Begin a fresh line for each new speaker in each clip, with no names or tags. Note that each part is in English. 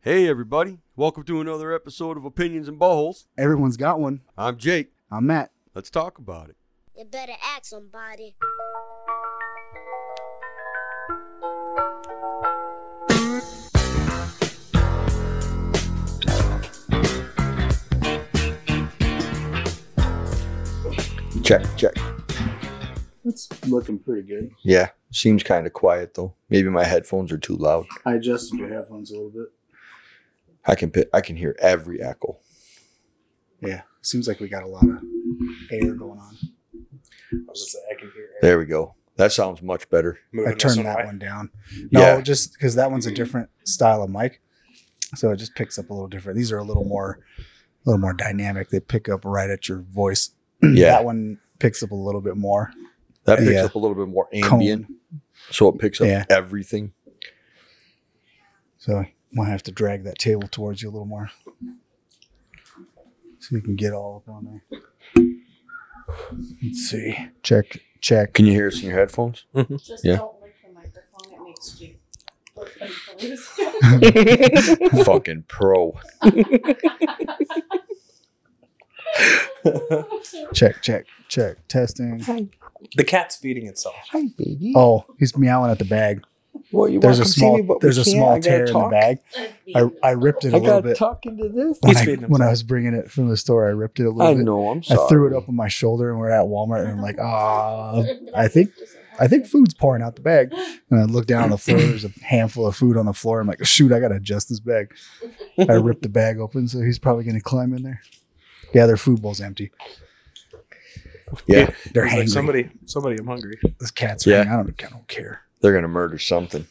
Hey, everybody. Welcome to another episode of Opinions and Buttholes.
Everyone's got one.
I'm Jake.
I'm Matt.
Let's talk about it.
You better ask somebody.
Check, check.
That's looking pretty good.
Yeah, seems kind of quiet though. Maybe my headphones are too loud.
I adjusted your headphones a little bit.
I can pi- I can hear every echo.
Yeah. Seems like we got a lot of air going on.
I was gonna say I can hear air
There we go. That sounds much better.
moving
I turned
this
that
way.
one down. No,
Yeah.
just because that one's a different style of mic. So it just picks up a little different. These are a little more a little more dynamic. They pick up right at your voice.
Yeah.
that one picks up a little bit more.
That picks
Yeah.
up a little bit more
Cone.
ambient, so it picks up
Yeah.
everything.
So I might have to drag that table towards you a little more. So you can get all up on there. Let's see. Check, check.
Can you hear us in your headphones?
Just
Yeah.
don't lick the microphone. It makes you look confused.
Fucking pro.
Check, check, check. Testing.
The cat's feeding itself.
Hi, baby.
Oh, he's meowowing at the bag.
well, you
There's
wanna
a
come see
small
me, but we
there's a
can't.
small
I gotta
tear in the
talk.
bag. I, I ripped it a
I
little
got to
bit.
talk into this.
When
He's
I,
feeding
when I
himself.
was bringing it from the store, I ripped it a little
I
bit.
know. I'm sorry.
I threw it up on my shoulder, and we're at Walmart, and I'm like, ah, I think I think food's pouring out the bag. And I look down on the floor. There's a handful of food on the floor. I'm like, shoot, I gotta adjust this bag. I ripped the bag open, so he's probably gonna climb in there. Yeah, their food bowl's empty.
Yeah,
They're
It's like
hangry.
somebody, somebody, I'm hungry.
this cat's
Yeah.
yeah. I don't, I don't care.
they're gonna murder something.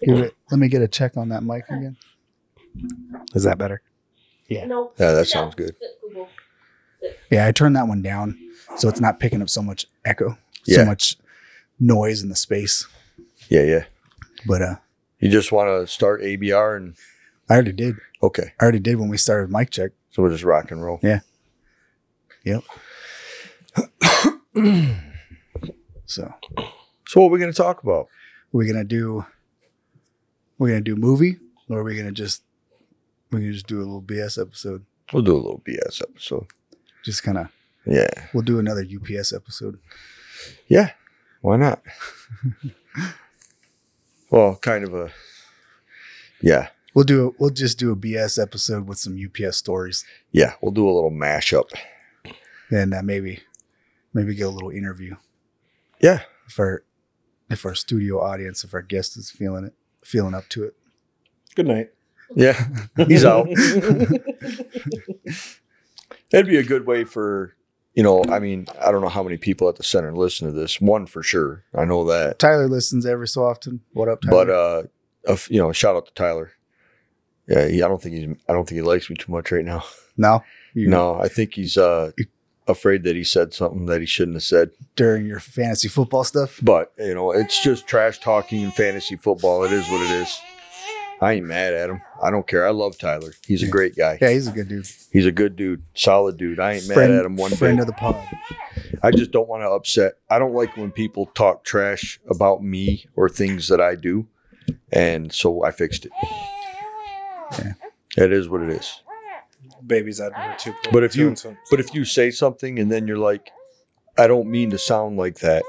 Here, wait, let me get a check on that mic again.
Is that better?
no.
Yeah, that sounds good.
Yeah, I turned that one down, so it's not picking up so much echo,
Yeah.
so much noise in the space.
Yeah, yeah.
But uh,
You just want to start ABR and
I already did.
okay,
I already did when we started mic check.
so we'll just rock and roll.
So
So what are we gonna talk about?
we're gonna do we're gonna do movie or are we gonna just we're gonna just do a little BS episode.
We'll do a little BS episode.
Just kinda
Yeah.
we'll do another UPS episode.
Yeah, why not? well, kind of a yeah,
We'll do we'll just do a BS episode with some UPS stories
yeah. We'll do a little mashup.
and uh, maybe maybe get a little interview
Yeah,
if our if our studio audience, if our guest is feeling it feeling up to it.
Good night.
yeah. He's out. That'd be a good way for you know. I mean, I don't know how many people at the center listen to this. One for sure. I know that.
Tyler listens every so often. What up, Tyler?
But uh, a f- you know, shout out to Tyler. Yeah, he, I don't think he's. I don't think he likes me too much right now.
no? You-
No, I think he's uh afraid that he said something that he shouldn't have said.
During your fantasy football stuff?
But you know, it's just trash talking and fantasy
Oh,
football. It is what it is. I ain't mad at him. I don't care. I love Tyler. He's a great guy.
Yeah, he's a good dude.
He's a good dude, solid dude. I ain't mad at him one
friend
bit.
of the pod.
I just don't want to upset. I don't like when people talk trash about me or things that I do, and so I fixed it. It is what it is.
Baby's out number two.
But if you-
So-
But if you say something and then you're like, "I don't mean to sound like that,"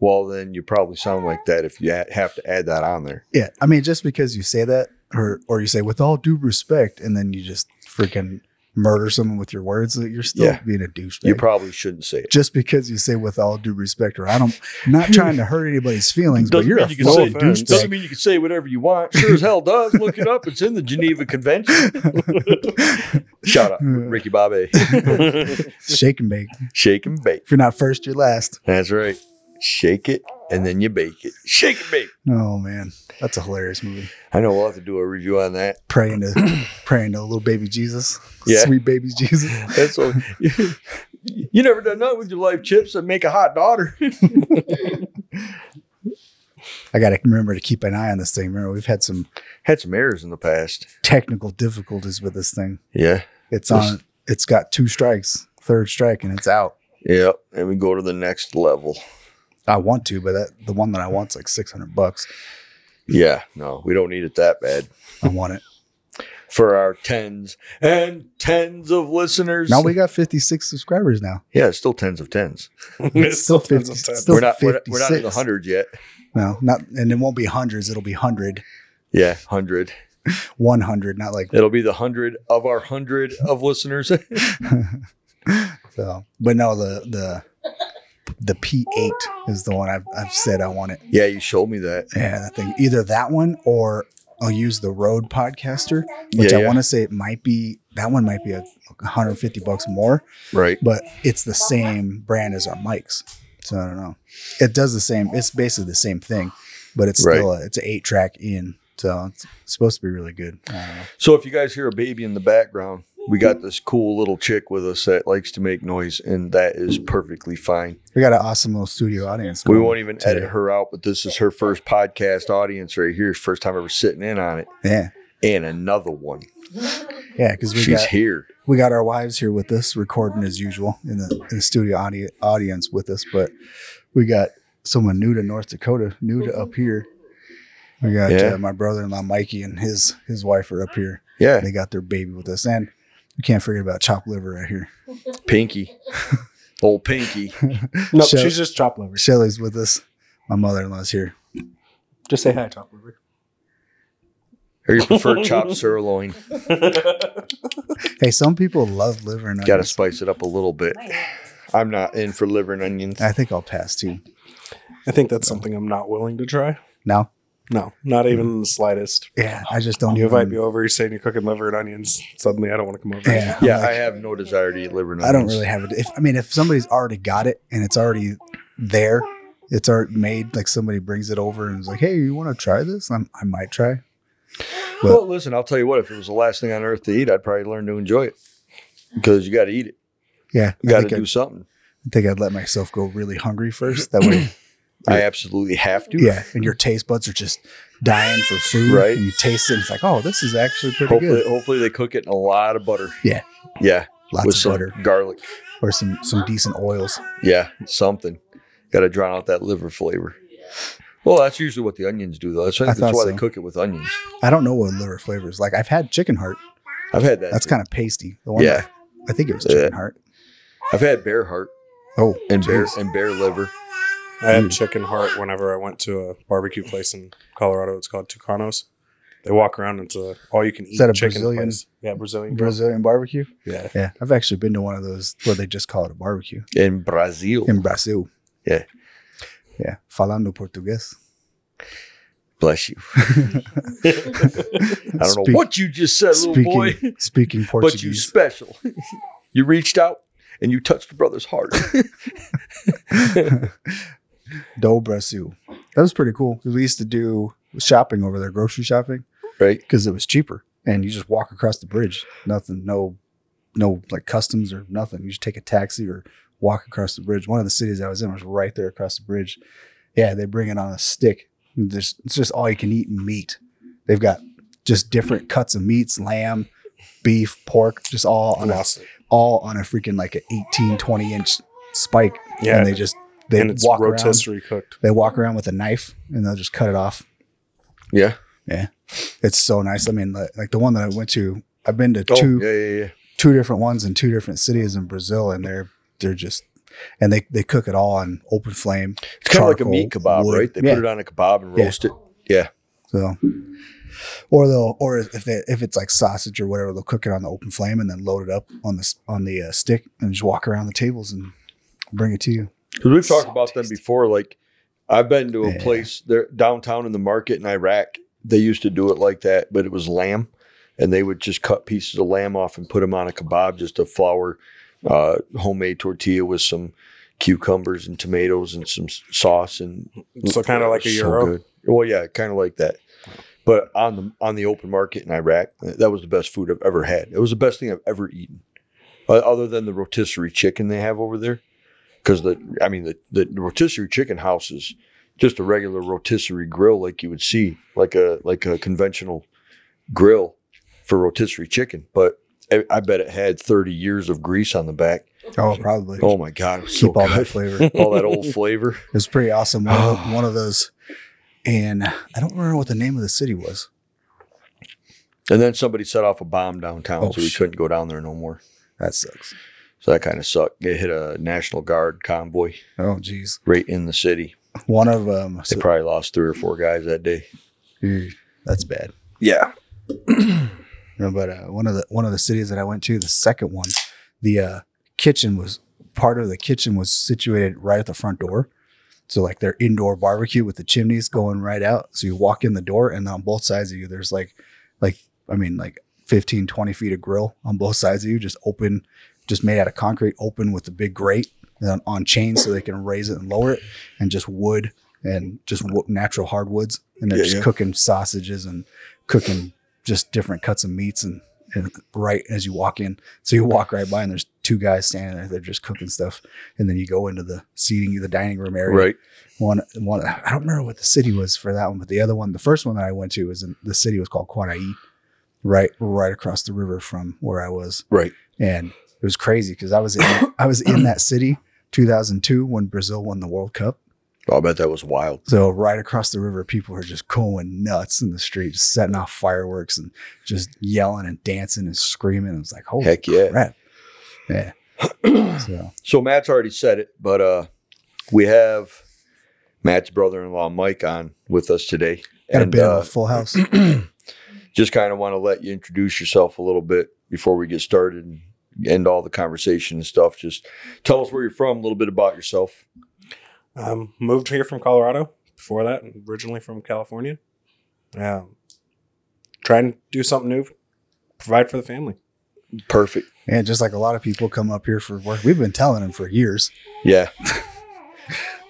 well, then you probably sound like that if you ha- have to add that on there.
Yeah, I mean, just because you say that, or or you say with all due respect, and then you just freaking murder someone with your words, you're still
Yeah.
being a douchebag.
You probably shouldn't say it.
just because you say with all due respect, or I don't, not trying to hurt anybody's feelings, but
Doesn't
you're
mean
a
you can
full
say it. Doesn't
douchebag.
mean you can say whatever you want. Sure as hell does. Look it up. It's in the Geneva Convention. Shout out, Ricky Bobby.
Shake and bake.
Shake and bake.
If you're not first, you're last.
That's right. Shake it and then you bake it. Shake and bake.
Oh man, that's a hilarious movie.
I know we'll have to do a review on that.
Praying to praying to little baby Jesus,
Yeah.
sweet baby Jesus.
That's all. you never done nothing with your life, chips, and make a hot daughter.
I got to remember to keep an eye on this thing. Remember, we've had some
Had some errors in the past.
technical difficulties with this thing.
Yeah.
It's on. It's got two strikes, third strike, and it's out.
Yep. And we go to the next level.
I want to, but that the one that I want's like six hundred bucks.
Yeah, no, we don't need it that bad
I want it.
for our tens and tens of listeners.
Now we got 56 subscribers now.
yeah, it's still tens of tens.
It's still
fifty-
tons of time.
still-
we're not we're, we're not in the
56.
hundred yet.
No, not, and it won't be hundreds. It'll be 100,
Yeah, hundred.
100, not like
It'll be the hundred of our hundred of listeners.
so. But no, the the the P8 is the one I've I've said I want it.
yeah, you showed me that.
Yeah, that thing. Either that one or I'll use the Rode Podcaster, which
Yeah,
I
yeah.
want to say it might be that one might be a 150 bucks more,
Right.
but it's the same brand as our mics. So I don't know. It does the same. It's basically the same thing, but it's still a, it's an eight track in. So it's supposed to be really good. I don't know.
So if you guys hear a baby in the background, we got this cool little chick with us that likes to make noise, and that is perfectly fine.
We got an awesome little studio audience.
We
going.
won't even edit her out, but this is her first podcast audience right here. First time ever sitting in on it,
Yeah,
and another one.
yeah, because we
She's
got
here.
we got our wives here with us recording as usual in the, in the studio audi- audience with us, but we got someone new to North Dakota, new to up here. We got
Yeah.
uh, my brother-in-law Mikey and his his wife are up here.
Yeah,
They got their baby with us, and we can't forget about chopped liver right here.
Pinky, old Pinky.
Nope,
So-
she's just chop liver.
Shelly's with us. My mother-in-law's here.
Just say hi, chop liver.
Or you prefer chopped sirloin?
Hey, some people love liver and
Got to
onions.
spice it up a little bit. I'm not in for liver and onions.
I think I'll pass too.
I think that's something I'm not willing to try.
No,
No, not even the slightest.
yeah, I just don't
You invite
even.
me over, you're saying you're cooking liver and onions. Suddenly, I don't want to come over.
Yeah, I'm
Yeah,
like-
I have no desire to eat liver and
I
onions.
don't really have it. If I mean, if somebody's already got it and it's already there, it's already made. Like somebody brings it over and is like, "Hey, you want to try this?" I'm, I might try. but-
well, listen, I'll tell you what. If it was the last thing on earth to eat, I'd probably learn to enjoy it because you got to eat it.
Yeah, I
You got to
think,
do
I'd,
something.
I think I'd let myself go really hungry first. That way,
I absolutely have to.
yeah, and your taste buds are just dying for food,
Right.
And you taste it, and it's like, "Oh, this is actually pretty
Hopefully,
good."
hopefully they cook it in a lot of butter.
Yeah.
Yeah. with
Lots of
some
butter
garlic.
or some some decent oils.
Yeah, something. Got to drown out that liver flavor. Well, that's usually what the onions do, though. That's,
I
that's why
thought
they
so.
cook it with onions.
I don't know what liver flavors like. I've had chicken heart.
I've had that.
That's
too.
kind of pasty. The one,
Yeah.
that- I think it was
Yeah.
chicken heart.
I've had bear heart
Oh,
and bear
jeez.
and bear liver.
I had chicken heart whenever I went to a barbecue place in Colorado. It's called Tucanos. They walk around into all you can eat
Is that a
chicken
Brazilian-
place. Yeah, Brazilian.
Brazilian barbecue.
Yeah.
Yeah, I've actually been to one of those where they just call it a barbecue
In Brazil.
in Brazil.
Yeah.
Yeah. Falando portugués.
Bless you. I don't know
Speak-
what you just said, little boy,
speaking, speaking
but you
Portuguese.
special. you reached out and you touched a brother's heart.
Do Brasil. That was pretty cool because we used to do shopping over there, grocery shopping,
right?
because it was cheaper. And you just walk across the bridge. Nothing, no, no like customs or nothing. You just take a taxi or walk across the bridge. One of the cities I was in was right there across the bridge. Yeah, they bring it on a stick. There's, it's just all you can eat meat. They've got just different cuts of meats, lamb, beef, pork, just all on a,
Lost it.
all on a freaking like an 18, 20 inch spike.
Yeah.
And they just they
and it's
walk around.
rotisserie cooked.
They walk around with a knife and they'll just cut it off.
Yeah.
It's so nice. I mean, li- like the one that I went to, I've been to
Oh,
two
yeah, yeah, yeah.
two different ones in two different cities in Brazil, and they're they're just and they they cook it all on open flame.
It's kind of like a meat
charcoal,
kebab,
wood.
right? They
Yeah.
put it on a kebab and
Yeah.
roast it. Yeah.
So, or they'll or if they if it's like sausage or whatever, they'll cook it on the open flame and then load it up on the s- on the uh, stick and just walk around the tables and bring it to you.
Because we've talked
So
about them
tasty.
before. Like, I've been to a
Yeah.
place there downtown in the market in Iraq. They used to do it like that, but it was lamb, and they would just cut pieces of lamb off and put them on a kebab, just a flour, uh, homemade tortilla with some cucumbers and tomatoes and some s- sauce and
Mm, So kind of like a
So
euro.
good. Well, yeah, kind of like that. But on the on the open market in Iraq, that was the best food I've ever had. It was the best thing I've ever eaten, O- other than the rotisserie chicken they have over there. Because the I mean the the rotisserie chicken house is just a regular rotisserie grill like you would see like a like a conventional grill for rotisserie chicken, but. I- I bet it had 30 years of grease on the back.
Oh, probably
Oh my God. It was so
keep all that
good.
flavor.
all that old flavor.
It's pretty awesome. One, of, one of those and I don't remember what the name of the city was.
And then somebody set off a bomb downtown,
Oh,
so we
shit.
couldn't go down there no more.
That sucks.
So that kind of sucked. They hit a National Guard convoy
Oh, geez.
right in the city.
One of um,
They
so-
probably lost three or four guys that day.
Ew, that's bad.
Yeah.
No, but uh, one of the one of the cities that I went to, the second one, the uh, kitchen was part of the kitchen was situated right at the front door. So like their indoor barbecue with the chimneys going right out. So you walk in the door and on both sides of you, there's like like I mean like 15, 20 feet of grill on both sides of you, just open, just made out of concrete, open with a big grate and on, on chains so they can raise it and lower it, and just wood and just wo- natural hardwoods, and they're
Yeah,
just
yeah.
cooking sausages and cooking just different cuts of meats and, and right as you walk in. So you walk right by and there's two guys standing there. They're just cooking stuff. And then you go into the seating, the dining room area.
Right.
One, one, I don't remember what the city was for that one, but the other one, the first one that I went to was in the city was called Quanai, right, right across the river from where I was.
Right.
And it was crazy because I was in, I was in that city 2002 when Brazil won the World Cup.
Oh, I bet that was wild.
So right across the river, people are just going nuts in the street, just setting off fireworks and just yelling and dancing and screaming. It was like, holy
Oh, Heck yeah.
crap. Yeah. so
So Matt's already said it, but uh, we have Matt's brother-in-law Mike on with us today,
got a
and
bit
uh,
of a full house.
just kind of want to let you introduce yourself a little bit before we get started and end all the conversation and stuff. Just tell us where you're from, a little bit about yourself.
Um, moved here from Colorado. Before that, originally from California. Um, try and do something new, provide for the family.
Perfect.
and just like a lot of people come up here for work. We've been telling them for years
Yeah,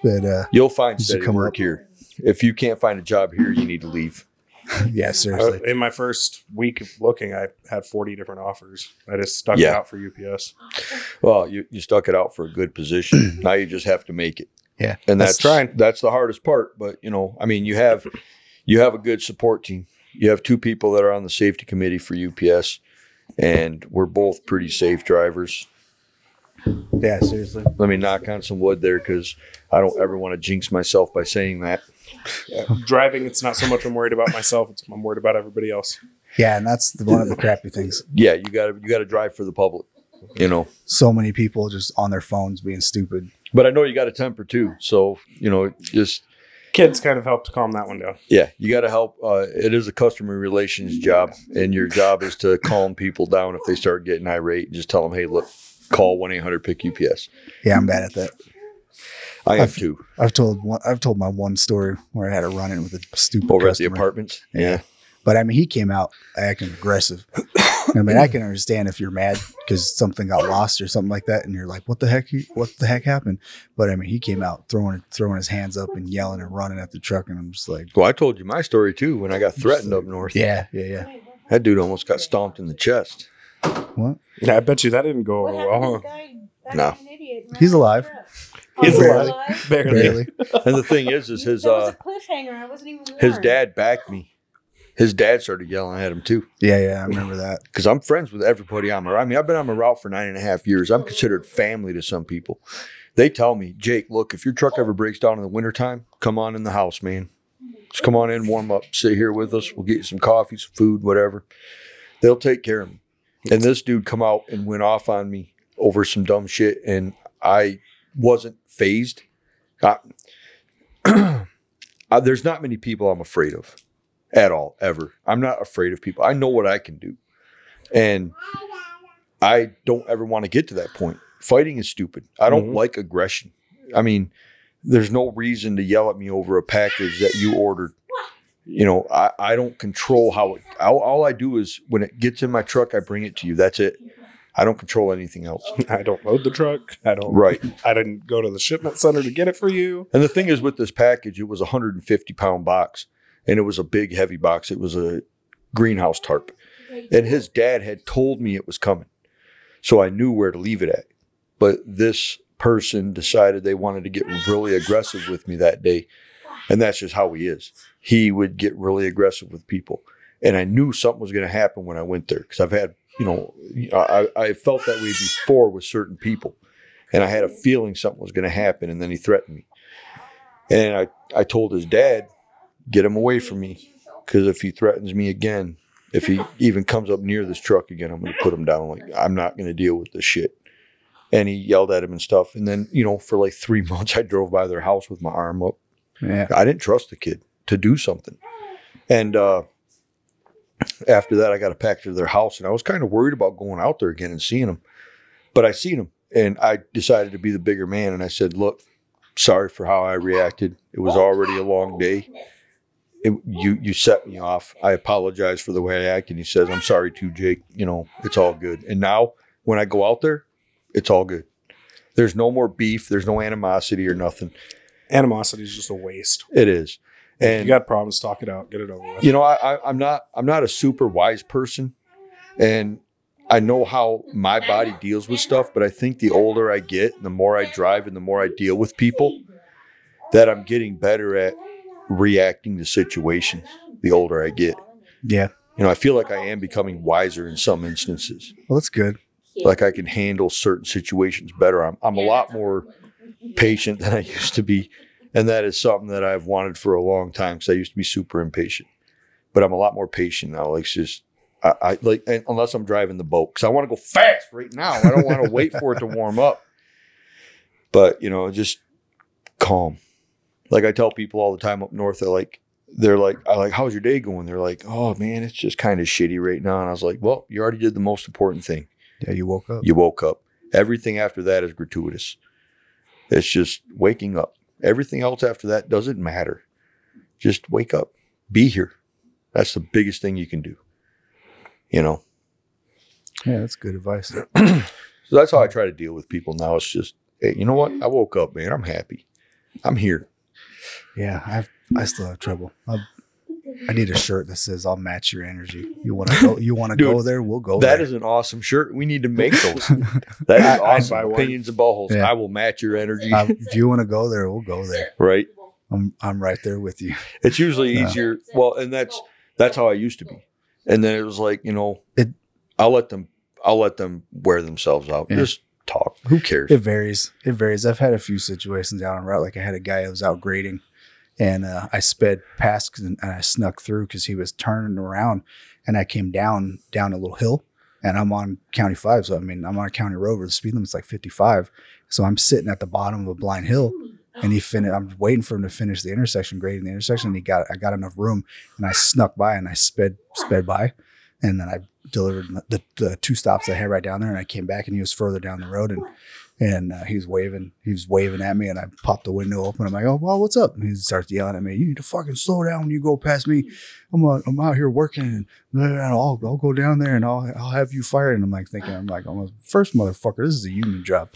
that uh
you'll find
You should
steady
come
work
up.
here. If you can't find a job here, you need to leave.
yeah, seriously.
Uh, in my first week of looking, I had 40 different offers. I just stuck it
Yeah.
out for UPS.
Well, you, you stuck it out for a good position. now you just have to make it.
Yeah.
and
That's
that's
trying.
that's the hardest part. But you know, I mean, you have you have a good support team. You have two people that are on the safety committee for UPS, and we're both pretty safe drivers.
Yeah, seriously.
Let me knock on some wood there because I don't ever want to jinx myself by saying that.
Driving, it's not so much I'm worried about myself, it's I'm worried about everybody else.
Yeah, and that's the, one of the crappy things.
Yeah, you got to you got to drive for the public, you know.
So many people just on their phones being stupid.
But I know you got a temper too, so you know, just
Kids kind of helped calm that one down.
Yeah, you got to help. Uh, it is a customer relations job, and your job is to calm people down if they start getting irate. Just tell them, hey, look, call one eight hundred pick UPS.
Yeah, I'm bad at that.
I am
I've-
too
I've told one I've told my one story where I had a run in with a stupid
over at the
customer.
apartments.
Yeah. But I mean, he came out acting aggressive. I mean, I can understand if you're mad because something got lost or something like that, and you're like, "What the heck? What the heck happened?" But I mean, he came out throwing throwing his hands up and yelling and running at the truck, and I'm just like,
Well, I told you my story too when I got threatened up north.
"Yeah, yeah, yeah."
That dude almost got stomped in the chest.
Yeah, I bet you that didn't go
What
over
happened to
well.
the
huh?
guy? That
No.
guy's an idiot.
He's alive.
He's
alive.
Barely.
Barely.
And the thing is, is his
Oh, that was
uh,
a cliffhanger. I wasn't even warned.
his dad backed me. His dad started yelling at him too
Yeah, yeah. I remember that.
because I'm friends with everybody on my. I mean, I've been on my route for nine and a half years. I'm considered family to some people. They tell me, Jake, look, if your truck ever breaks down in the wintertime, come on in the house, man. Just come on in, warm up, sit here with us. We'll get you some coffee, some food, whatever. They'll take care of me. And this dude come out and went off on me over some dumb shit, and I wasn't phased. I, Uh, there's not many people I'm afraid of at all, ever. I'm not afraid of people. I know what I can do. And I don't ever want to get to that point. Fighting is stupid. I don't
Mhm.
like aggression. I mean, there's no reason to yell at me over a package that you ordered. You know, I, I don't control how it, all, all I do is when it gets in my truck, I bring it to you. That's it. I don't control anything else.
I don't load the truck. I don't.
Right.
I didn't go to the shipment center to get it for you.
And the thing is, with this package, it was a 150 pound box and it was a big, heavy box. It was a greenhouse tarp. And his dad had told me it was coming. So I knew where to leave it at. But this person decided they wanted to get really aggressive with me that day. And that's just how he is. He would get really aggressive with people. And I knew something was going to happen when I went there because I've had, you know, I, I felt that way before with certain people. And I had a feeling something was going to happen. And then he threatened me. And I, I told his dad, Get him away from me. Because if he threatens me again, if he even comes up near this truck again, I'm going to put him down. Like, I'm not going to deal with this shit. And he yelled at him and stuff. And then, you know, for like three months, I drove by their house with my arm up.
Yeah.
I didn't trust the kid to do something. And uh, after that, I got a package of their house, and I was kind of worried about going out there again and seeing them. But I seen them, and I decided to be the bigger man. And I said, "Look, sorry for how I reacted. It was already a long day. It, you you set me off. I apologize for the way I acted." He says, "I'm sorry too, Jake. You know, it's all good." And now, when I go out there, it's all good. There's no more beef. There's no animosity or nothing.
Animosity is just a waste.
It is.
If
And
you got problems, talk it out, get it over with.
you know I, I i'm not i'm not a super wise person and i know how my body deals with stuff but i think the older i get and the more i drive and the more i deal with people that i'm getting better at reacting to situations the older i get
Yeah.
you know i feel like i am becoming wiser in some instances
Well, that's good.
like i can handle certain situations better i'm, I'm a lot more patient than i used to be and that is something that i've wanted for a long time because i used to be super impatient but i'm a lot more patient now like it's just i, I like and unless i'm driving the boat because i want to go fast right now i don't want to wait for it to warm up but you know just calm like i tell people all the time up north they're like they're like i like how's your day going they're like oh man it's just kind of shitty right now and i was like well you already did the most important thing
Yeah, you woke up.
you woke up. Everything after that is gratuitous. It's just waking up. Everything else after that doesn't matter. Just wake up. Be here. That's the biggest thing you can do. You know?
Yeah, that's good advice.
So that's how I try to deal with people now. It's just, hey, you know what? I woke up, man. I'm happy. I'm here.
Yeah, I've I still have trouble. i I need a shirt that says "I'll match your energy." You want to go? You want to
Dude,
go there? We'll go.
That
there.
is an awesome shirt. We need to make those. That is
I'd
awesome.
buy one.
Opinions and buttholes.
Yeah.
I will match your energy.
I- Um, if you want to go there, we'll go there.
right?
I'm I'm right there with you.
It's usually
Yeah.
easier. Well, and that's that's how I used to be. And then it was like, you know,
It-
I'll let them I'll let them wear themselves out.
Yeah.
Just talk. Who cares?
It varies. It varies. I've had a few situations out on route. Like I had a guy that was out grading, and uh, I sped past and and I snuck through because he was turning around, and I came down down a little hill, and I'm on County Five. So I mean, I'm on a county road where the speed limit's like 55. So I'm sitting at the bottom of a blind hill, and he finished. I'm waiting for him to finish the intersection, grading the intersection. And he got I got enough room, and I snuck by and I sped sped by, and then I delivered the, the two stops I had right down there, and I came back and he was further down the road, and and uh, he was waving, he was waving at me, and I popped the window open. I'm like, oh well, what's up? And he starts yelling at me. You need to fucking slow down when you go past me. I'm out, I'm out here working, and blah, blah, blah, I'll I'll go down there and I'll I'll have you fired. And I'm like thinking, I'm like, I'm a first motherfucker. This is a human job.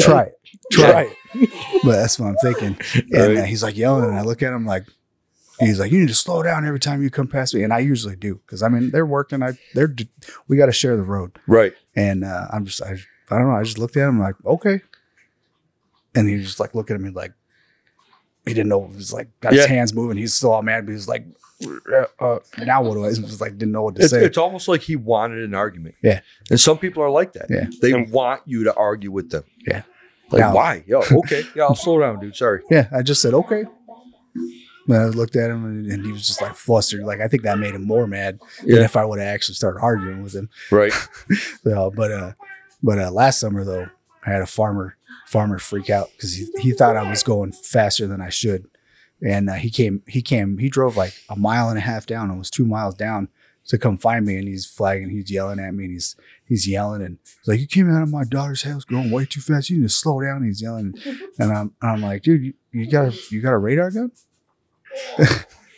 Try it, try it. But that's what I'm thinking. And uh,
Right.
he's like yelling, and I look at him like, he's like, you need to slow down every time you come past me. And I usually do because I mean they're working. I they're d- we got to share the road.
Right.
And uh, I'm just I, I don't know. I just looked at him like okay, and he was just like looking at me like he didn't know. It was like got his
Yeah.
hands moving. He's still all mad, but he's like. Uh, uh, now what do I? He was like didn't know what to
It's,
say.
it's almost like he wanted an argument.
Yeah.
And some people are like that.
Yeah.
They want you to argue with them.
Yeah.
Like
Now-
why? Yo, okay. Yeah, I'll slow down, dude. Sorry.
yeah, I just said okay. And I looked at him and, and he was just like flustered. Like I think that made him more mad than
Yeah.
if I would have actually started arguing with him.
Right.
So, but uh, but uh, last summer though, I had a farmer farmer freak out because he, he thought I was going faster than I should, and uh, he came he came he drove like a mile and a half down and was two miles down to come find me, and he's flagging, he's yelling at me, and he's he's yelling and he's like, "You came out of my daughter's house going way too fast. You need to slow down." He's yelling, and I'm I'm like, "Dude, you, you got a, you got a radar gun?"